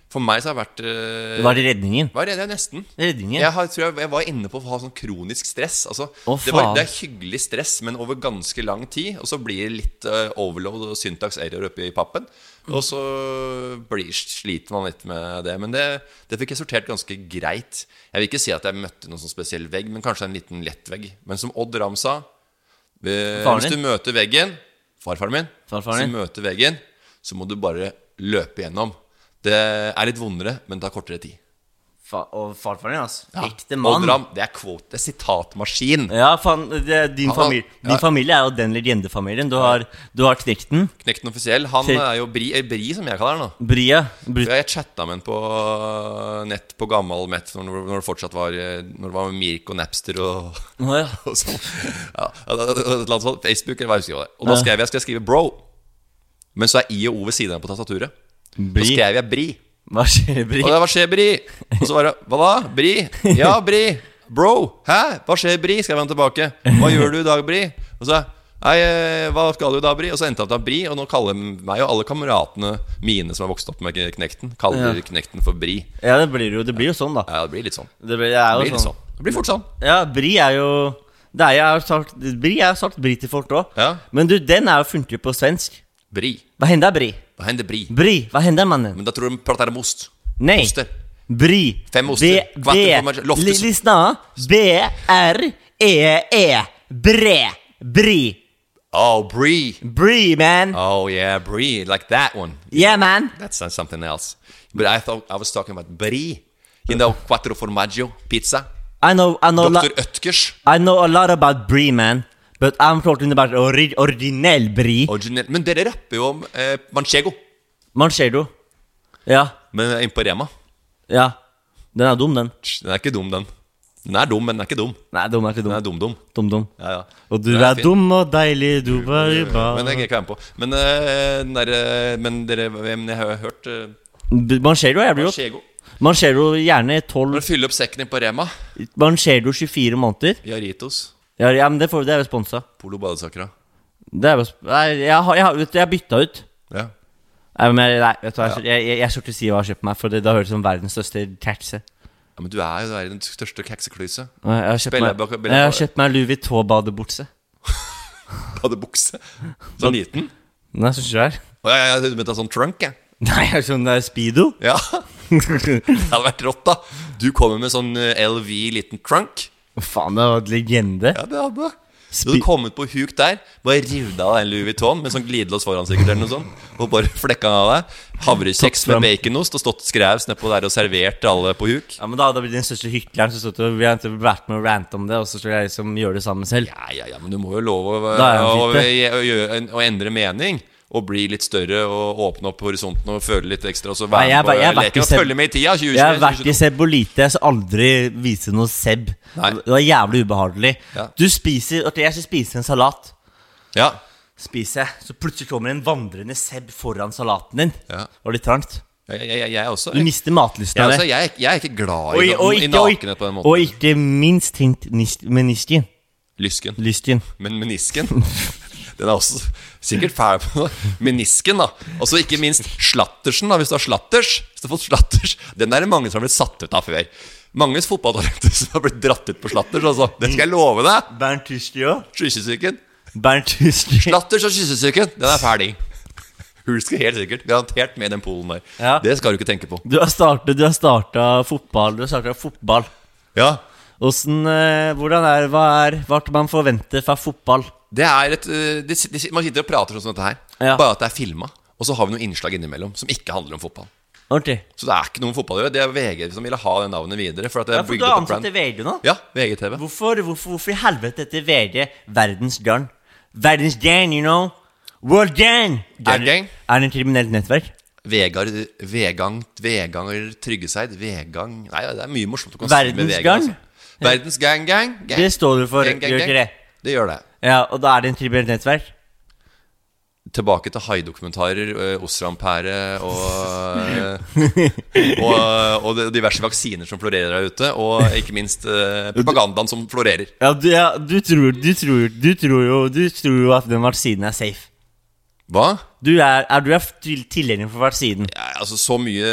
Speaker 3: for meg så har det vært eh,
Speaker 1: Det var redningen.
Speaker 3: Hva er det? Det er nesten.
Speaker 1: Redningen.
Speaker 3: Jeg, har, tror jeg, jeg var inne på å ha sånn kronisk stress. Altså,
Speaker 1: Å,
Speaker 3: det, var,
Speaker 1: faen.
Speaker 3: det er hyggelig stress, men over ganske lang tid. Og så blir det litt eh, overload og syntax error oppi pappen. Og så blir, sliter man litt med det. Men det, det fikk jeg sortert ganske greit. Jeg vil ikke si at jeg møtte noen sånn spesiell vegg, men kanskje en liten lett vegg. Men som Odd Ram sa eh,
Speaker 1: Faren
Speaker 3: Hvis du
Speaker 1: din?
Speaker 3: møter veggen Farfaren min.
Speaker 1: Farfaren din.
Speaker 3: Hvis du møter veggen, så må du bare løpe gjennom. Det er litt vondere, men det tar kortere tid.
Speaker 1: Fa og farfaren din, altså.
Speaker 3: Ja.
Speaker 1: Ekte mann.
Speaker 3: Oldram, det er quote, det er sitatmaskin.
Speaker 1: Ja, faen, det er din,
Speaker 3: Han-
Speaker 1: familie, din
Speaker 3: ja.
Speaker 1: familie er jo den legendefamilien. Du har, du har Knekten,
Speaker 3: Knekten offisiell. Han
Speaker 1: Fy-
Speaker 3: er jo Bri, eh, Bri som jeg kaller han. da
Speaker 1: Bria Bru-
Speaker 3: For Jeg chatta med han på øh, nett på gammel nett når, når det fortsatt var eh, Når det var Mirk og Napster og,
Speaker 1: Å, ja.
Speaker 3: og sånn. Ja, et eller annet sånt. Facebook eller hva jeg husker hva det. var. Og da skrev jeg skal jeg skrive 'bro', men så er I og O ved siden av på tastaturet. Da
Speaker 1: Bri.
Speaker 3: skrev jeg 'Bri'.
Speaker 1: Hva skjer, Bri?
Speaker 3: Og da, hva skjer, Bri? Og så bare Hva da? Bri? Ja, Bri. Bro. Hæ? Hva skjer, Bri? Skrev han tilbake. Hva gjør du i dag, Bri? Og så Nei, eh, hva skal du da, Bri? Og så endte han opp med Bri, og nå kaller meg og alle kameratene mine som har vokst opp med Knekten, kaller Knekten for Bri.
Speaker 1: Ja, det blir jo, det blir jo sånn, da.
Speaker 3: Ja, det blir litt sånn.
Speaker 1: Det blir, det
Speaker 3: Det
Speaker 1: er
Speaker 3: blir,
Speaker 1: jo
Speaker 3: litt
Speaker 1: sånn.
Speaker 3: sånn. Det blir fort sånn.
Speaker 1: Ja, Bri er jo det er, jeg har sagt, Bri er jo sagt Bri til folk òg.
Speaker 3: Ja.
Speaker 1: Men du, den er jo funnet på svensk.
Speaker 3: Bri.
Speaker 1: Hva hender, Bri?
Speaker 3: Hva hender Bri?
Speaker 1: Bri, hva hender, mannen?
Speaker 3: Men da tror de prater om ost.
Speaker 1: Nei.
Speaker 3: Oster.
Speaker 1: Bri.
Speaker 3: Fem oster.
Speaker 1: B-
Speaker 3: Kvarten
Speaker 1: B-
Speaker 3: på match- Loftus.
Speaker 1: Li- Lyssna. B-R-E-E. E, Bre. Bri.
Speaker 3: Oh, Bri.
Speaker 1: Bri, man.
Speaker 3: Oh yeah, Bri. Like that one.
Speaker 1: Yeah, man.
Speaker 3: That's not something else. But I thought I was talking about Bri. You know, quattro formaggio pizza.
Speaker 1: I know, I know, lo-
Speaker 3: Dr. Ødkers.
Speaker 1: I know a lot about Brie, man. But I'm talking about ori originell Brie.
Speaker 3: Originell. Men dere rapper jo om eh, manchego.
Speaker 1: Manchego. Ja.
Speaker 3: Men inne på Rema.
Speaker 1: Ja. Den er dum, den.
Speaker 3: Tsk, Den er ikke dum, den. Den er dum, men den er ikke dum.
Speaker 1: Nei, dum er ikke
Speaker 3: Den er
Speaker 1: dum.
Speaker 3: dum-dum.
Speaker 1: Dum-dum.
Speaker 3: Ja, ja.
Speaker 1: Og du
Speaker 3: Den
Speaker 1: er
Speaker 3: fin.
Speaker 1: dum og deilig, du var jo
Speaker 3: Men det kan jeg ikke være med på. Men, eh, den der, eh, men dere men jeg har jo hørt eh,
Speaker 1: bare Manchego er jævlig godt.
Speaker 3: Manchego.
Speaker 1: Manchego gjerne
Speaker 3: Bare
Speaker 1: 12
Speaker 3: fylle opp sekken din på Rema.
Speaker 1: Manchego 24 måneder.
Speaker 3: Jaritos.
Speaker 1: Ja, ja men det, får, det er jo sponsa.
Speaker 3: Polo badesakra.
Speaker 1: Det er jo sp- Nei, jeg har, jeg har, vet du, jeg har bytta ut.
Speaker 3: Ja.
Speaker 1: Nei, men jeg, nei, vet du, hva, jeg, jeg, jeg, jeg skal ikke si hva jeg har kjøpt meg, for det, da høres det ut som verdens største taxi.
Speaker 3: ja, Men du er jo du er i den største kekseklyse.
Speaker 1: Jeg har kjøpt
Speaker 3: Bella-
Speaker 1: meg,
Speaker 3: Bella- Bella-
Speaker 1: jeg har kjøpt meg Louis Vuitton-badebukse.
Speaker 3: Badebukse.
Speaker 1: Sånn-
Speaker 3: Så liten.
Speaker 1: Nei, syns du det er?
Speaker 3: Å, ja, ja, du mente sånn trunk, jeg.
Speaker 1: Nei, jeg er sånn det er speedo.
Speaker 3: Ja. Det hadde vært rått, da. Du kommer med sånn eh, LV liten trunk.
Speaker 1: Faen, det var et legende.
Speaker 3: Ja, det hadde Du
Speaker 1: Spi-
Speaker 3: hadde kommet på huk der, bare revet av deg en Louis Vuitton med sånn glidelås foran sikkert, eller noe sånt, og bare flekka av deg. Havrekjeks
Speaker 1: Tatt fram.
Speaker 3: med baconost og stått skrevs nedpå der og servert til alle på huk.
Speaker 1: Ja, men Da hadde jeg blitt den største hykleren. Så stod det, vi hadde vært med og rant om det, og så skulle jeg liksom gjøre det samme selv.
Speaker 3: Ja, ja, ja, men du må jo love å,
Speaker 1: Da er han
Speaker 3: å, å,
Speaker 1: fitte.
Speaker 3: gjøre en- å endre mening. Og bli litt større og åpne opp horisonten og føle litt ekstra. Og så
Speaker 1: Nei,
Speaker 3: være
Speaker 1: jeg
Speaker 3: med
Speaker 1: var- jeg
Speaker 3: på
Speaker 1: var ikke
Speaker 3: leken og
Speaker 1: sedd-
Speaker 3: følge med i tida. 20,
Speaker 1: Jeg har vært i Seb og Lite, så aldri vise noe Seb.
Speaker 3: Nei.
Speaker 1: Det var jævlig ubehagelig.
Speaker 3: Ja.
Speaker 1: Du spiser Ok, jeg skal spise en salat.
Speaker 3: Ja,
Speaker 1: Spiser jeg, så plutselig kommer en vandrende Seb foran salaten din.
Speaker 3: Ja.
Speaker 1: Det var litt trangt.
Speaker 3: Jeg, jeg, jeg er også
Speaker 1: Du mister matlysten
Speaker 3: jeg,
Speaker 1: av
Speaker 3: altså,
Speaker 1: det.
Speaker 3: jeg, er- jeg er ikke glad
Speaker 1: Og,
Speaker 3: i,
Speaker 1: i-
Speaker 3: na-
Speaker 1: og,
Speaker 3: i
Speaker 1: ikke, og,
Speaker 3: nakenhet på
Speaker 1: ikke,
Speaker 3: den måten.
Speaker 1: og ikke minst tenkt nis- menisken.
Speaker 3: Lysken.
Speaker 1: Lysken.
Speaker 3: Men menisken Den er også sikkert fæl på noe. Menisken, da. Og så ikke minst slattersen, da, hvis du har slatters. Hvis du har fått slatters Den er det mange som har blitt satt ut av før. Mange fotballtalenter som har blitt dratt ut på slatters. Altså. Det skal jeg love deg!
Speaker 1: Bernt Huski òg.
Speaker 3: Kyssesyken.
Speaker 1: Bernt Huski.
Speaker 3: Slatters og kyssesyken, den er ferdig. Hulsker helt sikkert. Garantert med i den polen der.
Speaker 1: Ja.
Speaker 3: Det skal du ikke tenke på.
Speaker 1: Du har startet, du har starta fotball. Du har startet fotball.
Speaker 3: Ja,
Speaker 1: Åssen, eh, hvordan er, hva er Hva kan man forvente fra fotball?
Speaker 3: Det er et øh, det, sit- det, sit- Man sitter og prater sånn som dette her,
Speaker 1: Ja.
Speaker 3: bare at det er filma. Og så har vi noen innslag innimellom som ikke handler om fotball.
Speaker 1: Ok.
Speaker 3: Så det er ikke noe om fotball å gjøre. Det er VG som ville ha det navnet videre. For at det
Speaker 1: Ja,
Speaker 3: er
Speaker 1: for
Speaker 3: bygd
Speaker 1: du har
Speaker 3: opp et
Speaker 1: ansatt i
Speaker 3: brand.
Speaker 1: VG nå?
Speaker 3: Ja, VGTV.
Speaker 1: Hvorfor, hvorfor, hvorfor i helvete heter VG Verdens Garn? Verdens Garn, you know? World Garn!
Speaker 3: Gang, gang.
Speaker 1: Er det et kriminelt nettverk?
Speaker 3: Vegard Vegang Veganger Tryggeseid. Vegang Nei, det er mye morsomt å
Speaker 1: Verdens
Speaker 3: VG,
Speaker 1: gang.
Speaker 3: altså. Verdens gang, gang, gang.
Speaker 1: Det står du for, gjør ikke det?
Speaker 3: Det gjør det.
Speaker 1: Ja, og da er det et kriminelt nettverk?
Speaker 3: Tilbake til haiddokumentarer, øh, Osram-pære og, øh, og, og de- diverse vaksiner som florerer der ute. Og ikke minst øh, propagandaen som florerer.
Speaker 1: Ja, du, ja, du, tror, du, tror, du, tror jo, du tror jo at den vaksinen er safe.
Speaker 3: Hva?
Speaker 1: Du er, er, du er til- tilhenger for vaksinen.
Speaker 3: Ja, altså så mye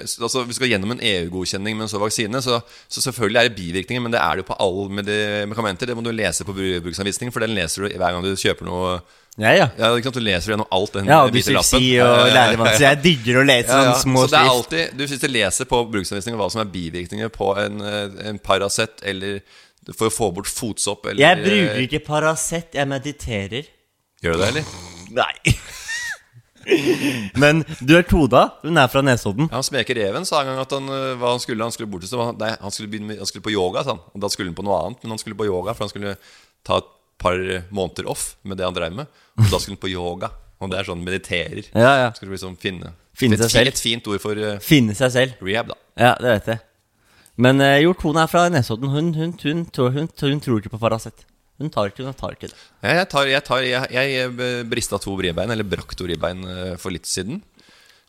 Speaker 3: altså Vi skal gjennom en EU-godkjenning med en sånn vaksine, så, så selvfølgelig er det bivirkninger, men det er det jo på alle medikamenter. Det må du lese på bru- bruksanvisningen, for den leser du hver gang du kjøper noe
Speaker 1: Ja, ja.
Speaker 3: ja, ikke sant? Du leser gjennom alt den
Speaker 1: Ja, og
Speaker 3: hvite lappen.
Speaker 1: dysleksi
Speaker 3: Ja, ja,
Speaker 1: og
Speaker 3: ja, ja, ja.
Speaker 1: lærevansker. Jeg digger å lese
Speaker 3: Ja, ja.
Speaker 1: sånne små
Speaker 3: Så det er
Speaker 1: skrift.
Speaker 3: alltid Du sitter og leser på bruksanvisningen hva som er bivirkninger på en, eh, en Paracet eller for å få bort fotsopp eller eh,
Speaker 1: Jeg bruker ikke Paracet, jeg mediterer.
Speaker 3: Gjør du det, eller?
Speaker 1: Nei. Men du er Toda. Hun er fra Nesodden.
Speaker 3: Ja, han Smeke Reven sa en gang at han, øh, hva han skulle, han skulle bort til så han, nei, han, skulle begynne, med- han skulle på yoga, sa han. Og da skulle han på noe annet, men han skulle på yoga, for han skulle ta et par øh, måneder off med det han drev med. Og da skulle han på yoga. Og det er sånn mediterer.
Speaker 1: Ja, ja.
Speaker 3: Skulle liksom finne
Speaker 1: Finne
Speaker 3: et,
Speaker 1: seg selv.
Speaker 3: Et fint ord for øh,
Speaker 1: Finne seg selv.
Speaker 3: rehab, da.
Speaker 1: Ja, det vet jeg. Men eh, jo, Tone er fra Nesodden. Hun, hun, hun, tror, hun, hun tror ikke på Paracet. Hun tar ikke, hun tar ikke det.
Speaker 3: Jeg, jeg, tar, jeg, tar, jeg, jeg øh, brista to ribbein, eller brakk to ribbein øh, for litt siden.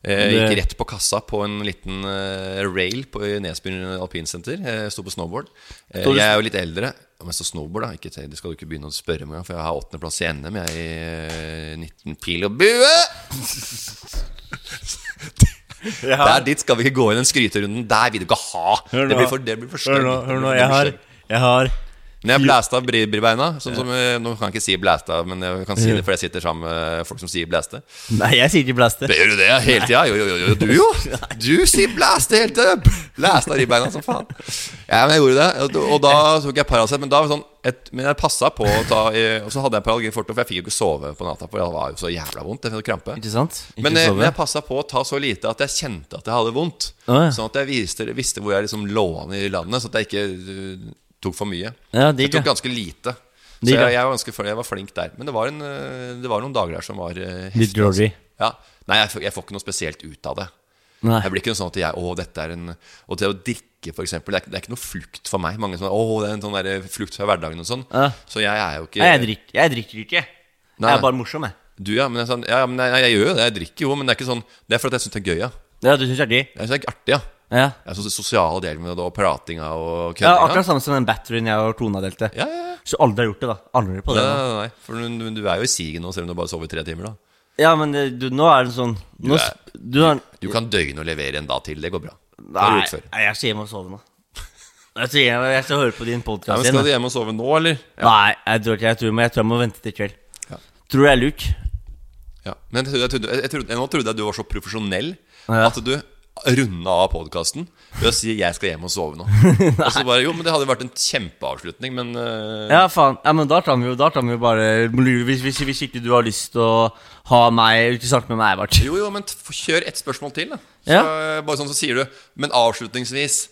Speaker 3: Eh,
Speaker 1: Det-
Speaker 3: gikk rett på kassa på en liten eh, rail på i Nesbyen alpinsenter. Eh, sto på snowboard. Eh,
Speaker 1: Står du-
Speaker 3: jeg er jo litt eldre. Ja, Men så snowboard, da. Ikke, det skal du ikke begynne å spørre om engang, for jeg har åttendeplass i NM. Jeg er i eh, 19 pil og bue! Der dit skal vi ikke gå inn den skryterunden. Der vil du ikke ha! Det blir for, det blir for
Speaker 1: hør nå,
Speaker 3: slemt.
Speaker 1: hør nå,
Speaker 3: Det blir
Speaker 1: jeg
Speaker 3: for
Speaker 1: har,
Speaker 3: slemt.
Speaker 1: jeg har
Speaker 3: Men jeg blæsta bribbeina. Sånn som, eh, nå kan jeg ikke si blæsta, men jeg kan si det, for jeg sitter sammen med folk som sier blæste.
Speaker 1: Nei, jeg sier ikke blaster.
Speaker 3: Det gjør du det hele tida? Jo, jo, jo, jo, du jo! Du sier blæste hele tida! Blæsta ribbeina som faen. Ja, men jeg gjorde det, og- og da tok jeg Paracet. Men da var det sånn et, Men jeg passa på å ta eh, Og så hadde jeg paralgin forte, for jeg fikk jo ikke sove på natta, for det var jo så jævla vondt. Jeg fikk krampe.
Speaker 1: Ikke sant? Ikke
Speaker 3: Men, eh,
Speaker 1: sove.
Speaker 3: men jeg passa på å ta så lite at jeg kjente at jeg hadde vondt.
Speaker 1: Å, ja.
Speaker 3: Sånn at jeg visste, visste hvor jeg liksom lå an i landet, så at jeg ikke eh, tok for mye.
Speaker 1: Ja, digg,
Speaker 3: jeg tok
Speaker 1: ja.
Speaker 3: ganske lite. Så
Speaker 1: Digg, ja.
Speaker 3: jeg, jeg, var ganske, flink- jeg var flink der. Men det var, en, eh, det var noen dager der som var eh,
Speaker 1: Litt
Speaker 3: heftige, altså.
Speaker 1: glory.
Speaker 3: Ja. Nei, jeg, får- jeg får ikke noe spesielt ut av det.
Speaker 1: Nei.
Speaker 3: Jeg blir ikke noe sånn at jeg, å, dette er en Og det å drikke, for eksempel, det er, ikke- det er ikke noe flukt for meg. Mange sånn, å, det er en sånn der flukt fra hverdagen og sånn.
Speaker 1: Ja.
Speaker 3: Så jeg er jo ikke
Speaker 1: Nei, jeg drikker, jeg drikker ikke.
Speaker 3: Nei.
Speaker 1: Jeg er bare morsom, jeg.
Speaker 3: Du, ja, men jeg, er sånn, ja, men jeg, jeg, gjør jo det. Jeg drikker jo, men det er ikke sånn Det er fordi jeg syns det er gøy, ja.
Speaker 1: Ja, du syns jeg er digg?
Speaker 3: Jeg synes det er artig, ja.
Speaker 1: Ja.
Speaker 3: Jeg synes det sosiale delen med det og pratinga og
Speaker 1: ja.
Speaker 3: køddinga.
Speaker 1: Akkurat samme som den batterien jeg og kona delte.
Speaker 3: ja, ja, ja.
Speaker 1: Så aldri har gjort det, da. Angrer på
Speaker 3: Nei,
Speaker 1: det. nå.
Speaker 3: nei, nei, for du, du er jo i siget nå, selv om du bare sover i tre timer. da
Speaker 1: Ja, men det, du, nå er det sånn Nå,
Speaker 3: er-
Speaker 1: sp- du har
Speaker 3: Du kan døgne og levere en dag til. Det går bra. Det har du
Speaker 1: Nei,
Speaker 3: gjort før.
Speaker 1: nei, jeg skal hjem og sove nå. Jeg skal, hjem, jeg skal høre på din
Speaker 3: Ja,
Speaker 1: podkast
Speaker 3: men
Speaker 1: igjen.
Speaker 3: Skal du
Speaker 1: da.
Speaker 3: hjem og sove nå, eller?
Speaker 1: Nei, jeg tror ikke jeg tror, men jeg tror jeg må vente til kveld. Tror du jeg er luk?
Speaker 3: Ja. Men jeg trodde, jeg trodde, jeg trodde, nå trodde jeg du var så profesjonell
Speaker 1: Ja.
Speaker 3: at du runda av podkasten ved å si 'jeg skal hjem og sove nå'. og så bare, jo, men Det hadde jo vært en kjempeavslutning, men eh,
Speaker 1: Ja, faen. Ja, men da kan vi jo, da kan vi jo bare hvis, hvis, hvis ikke du har lyst til å ha meg Ikke snakke med meg, Bart.
Speaker 3: Jo, jo, men t- f- kjør ett spørsmål til, da. Så,
Speaker 1: Ja.
Speaker 3: Bare sånn så sier du. Men avslutningsvis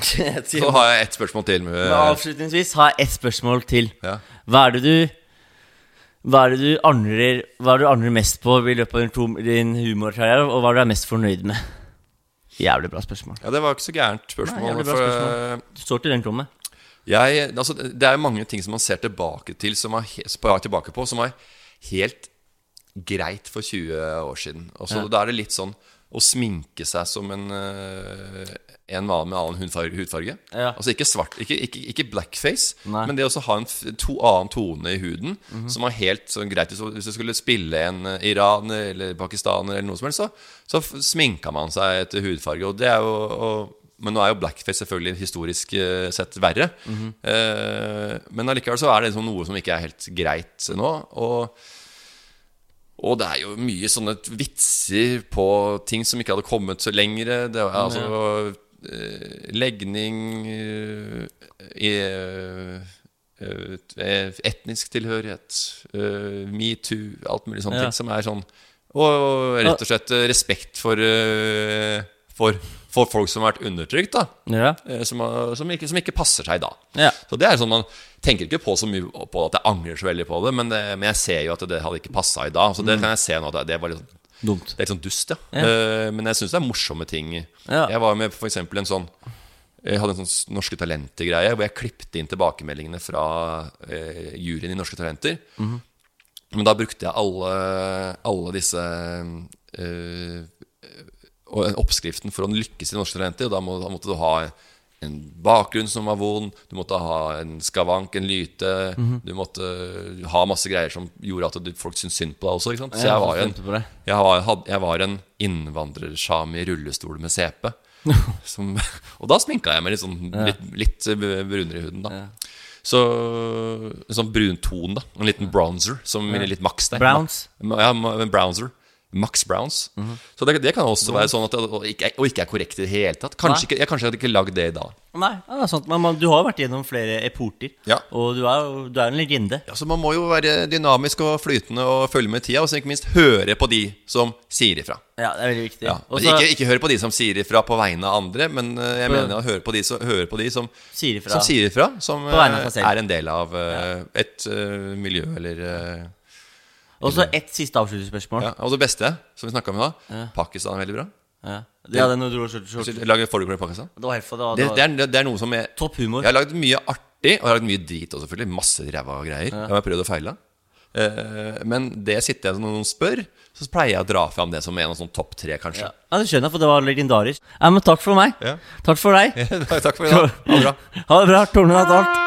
Speaker 1: Til-
Speaker 3: så har jeg ett spørsmål til. Med,
Speaker 1: Men Avslutningsvis har jeg ett spørsmål til.
Speaker 3: Ja.
Speaker 1: Hva er det du Hva er det du angrer Hva er det du angrer mest på i løpet av din, tom- din humorkarriere, og hva er det du er mest fornøyd med? Jævlig bra spørsmål.
Speaker 3: Ja, det var ikke så gærent spørsmål.
Speaker 1: Nei, jævlig bra
Speaker 3: for, eh,
Speaker 1: spørsmål. Du står til den tomme.
Speaker 3: Jeg, altså, det er jo mange ting som man ser tilbake til Som er, he- på- tilbake på Som var helt greit for 20 år siden Og så da er det litt sånn å sminke seg som en, eh, en hva med annen hudfarge. hudfarge.
Speaker 1: Ja.
Speaker 3: Altså ikke svart, ikke, ikke, ikke blackface,
Speaker 1: Nei. Mhm.
Speaker 3: men det å så ha en f- to annen tone i huden som var helt sånn greit hvis, hvis du skulle spille en eh, iraner eller pakistaner eller noe som helst, så, så f- sminka man seg etter hudfarge. Og det er jo og, men nå er jo blackface selvfølgelig historisk eh, sett verre.
Speaker 1: Mhm.
Speaker 3: Eh, men allikevel så er det liksom noe som ikke er helt greit nå. Og og det er jo mye sånne vitser på ting som ikke hadde kommet så lengre. Det var altså eh, legning eh, eh, eh, Etnisk tilhørighet, eh, metoo, alt mulig sånne
Speaker 1: Ja.
Speaker 3: ting som er sånn Og rett og slett eh, respekt for, eh, for, for folk som har vært undertrykt, da.
Speaker 1: Ja.
Speaker 3: Eh, som, har- som, ikke, som ikke passer seg da.
Speaker 1: Ja.
Speaker 3: Så det er sånn Man tenker ikke på så mye på at jeg angrer så veldig på det, men, det, men jeg ser jo at det hadde ikke passa i dag. Så
Speaker 1: Mm.
Speaker 3: det kan jeg se nå at det- det var litt sånn
Speaker 1: Dumt.
Speaker 3: det er litt sånn dust, ja. Eh, men jeg syns det er morsomme ting.
Speaker 1: Ja.
Speaker 3: Jeg var med på f.eks. en sånn Jeg hadde en sånn s- Norske Talenter-greie hvor jeg klippte inn tilbakemeldingene fra eh, juryen i Norske Talenter. Men da brukte jeg alle, alle disse eh, og oppskriften for å lykkes i norske talenter. og Da, må, da måtte du ha en bakgrunn som var vond, du måtte ha en skavank, en lyte.
Speaker 1: Mhm.
Speaker 3: Du måtte ha masse greier som gjorde at du, folk syntes synd på deg også. Ikke sant? Så
Speaker 1: Ja,
Speaker 3: jeg var jo
Speaker 1: jeg tenkte på
Speaker 3: en,
Speaker 1: det.
Speaker 3: jeg var, had, jeg var en innvandrersame i rullestol med CP. Som, og da sminka jeg meg litt, sånn, litt, litt brunere i huden, da. Så en sånn brun ton, da. En liten bronzer. Som litt Max der.
Speaker 1: Browns? Mhm.
Speaker 3: Ja, ma- en browser. Max Browns. Så det, det kan også være sånn at det og ikke, er- og ikke er korrekt i det hele tatt. Kanskje, ikke, jeg kanskje hadde ikke lagd det i dag.
Speaker 1: Nei, ja, det er sant. Men man, du har jo vært gjennom flere epoker,
Speaker 3: Ja.
Speaker 1: og du er, jo- du er en legende.
Speaker 3: Ja, så Man må jo være dynamisk og flytende og følge med i tida, og så ikke minst høre på de som sier ifra.
Speaker 1: Ja, det er veldig viktig.
Speaker 3: Ja,
Speaker 1: Og så
Speaker 3: ikke, ikke høre på de som sier ifra på vegne av andre, men eh, jeg mener å høre på de, som- høre på de som,
Speaker 1: Sier ifra.
Speaker 3: som, sier ifra, som
Speaker 1: På vegne av seg
Speaker 3: eh,
Speaker 1: selv.
Speaker 3: er en del av eh, et eh, miljø eller eh,
Speaker 1: og så ett siste avslutningsspørsmål.
Speaker 3: ja. Og det beste, som vi snakka om i dag, Pakistan er veldig bra.
Speaker 1: Ja. ja, den du dro skjorte,
Speaker 3: Så
Speaker 1: skjorte. Det
Speaker 3: Lager foregår i Pakistan?
Speaker 1: var helt for det var,
Speaker 3: Det,
Speaker 1: det var
Speaker 3: det, er, det er noe som jeg
Speaker 1: topp humor.
Speaker 3: Jeg har lagd mye artig, og jeg har lagd mye drit også, selvfølgelig. Masse ræva greier. Jeg har prøvd og feila. Eh, Men det sitter jeg når noen spør, så pleier jeg å dra fram det som en av sånn topp tre, kanskje.
Speaker 1: Ja, det skjønner jeg, for det var legendarisk. Ja, men takk for meg.
Speaker 3: Ja.
Speaker 1: Takk for deg.
Speaker 3: Takk for i dag. Ha det bra.
Speaker 1: Ha det bra. Tornen hatt alt.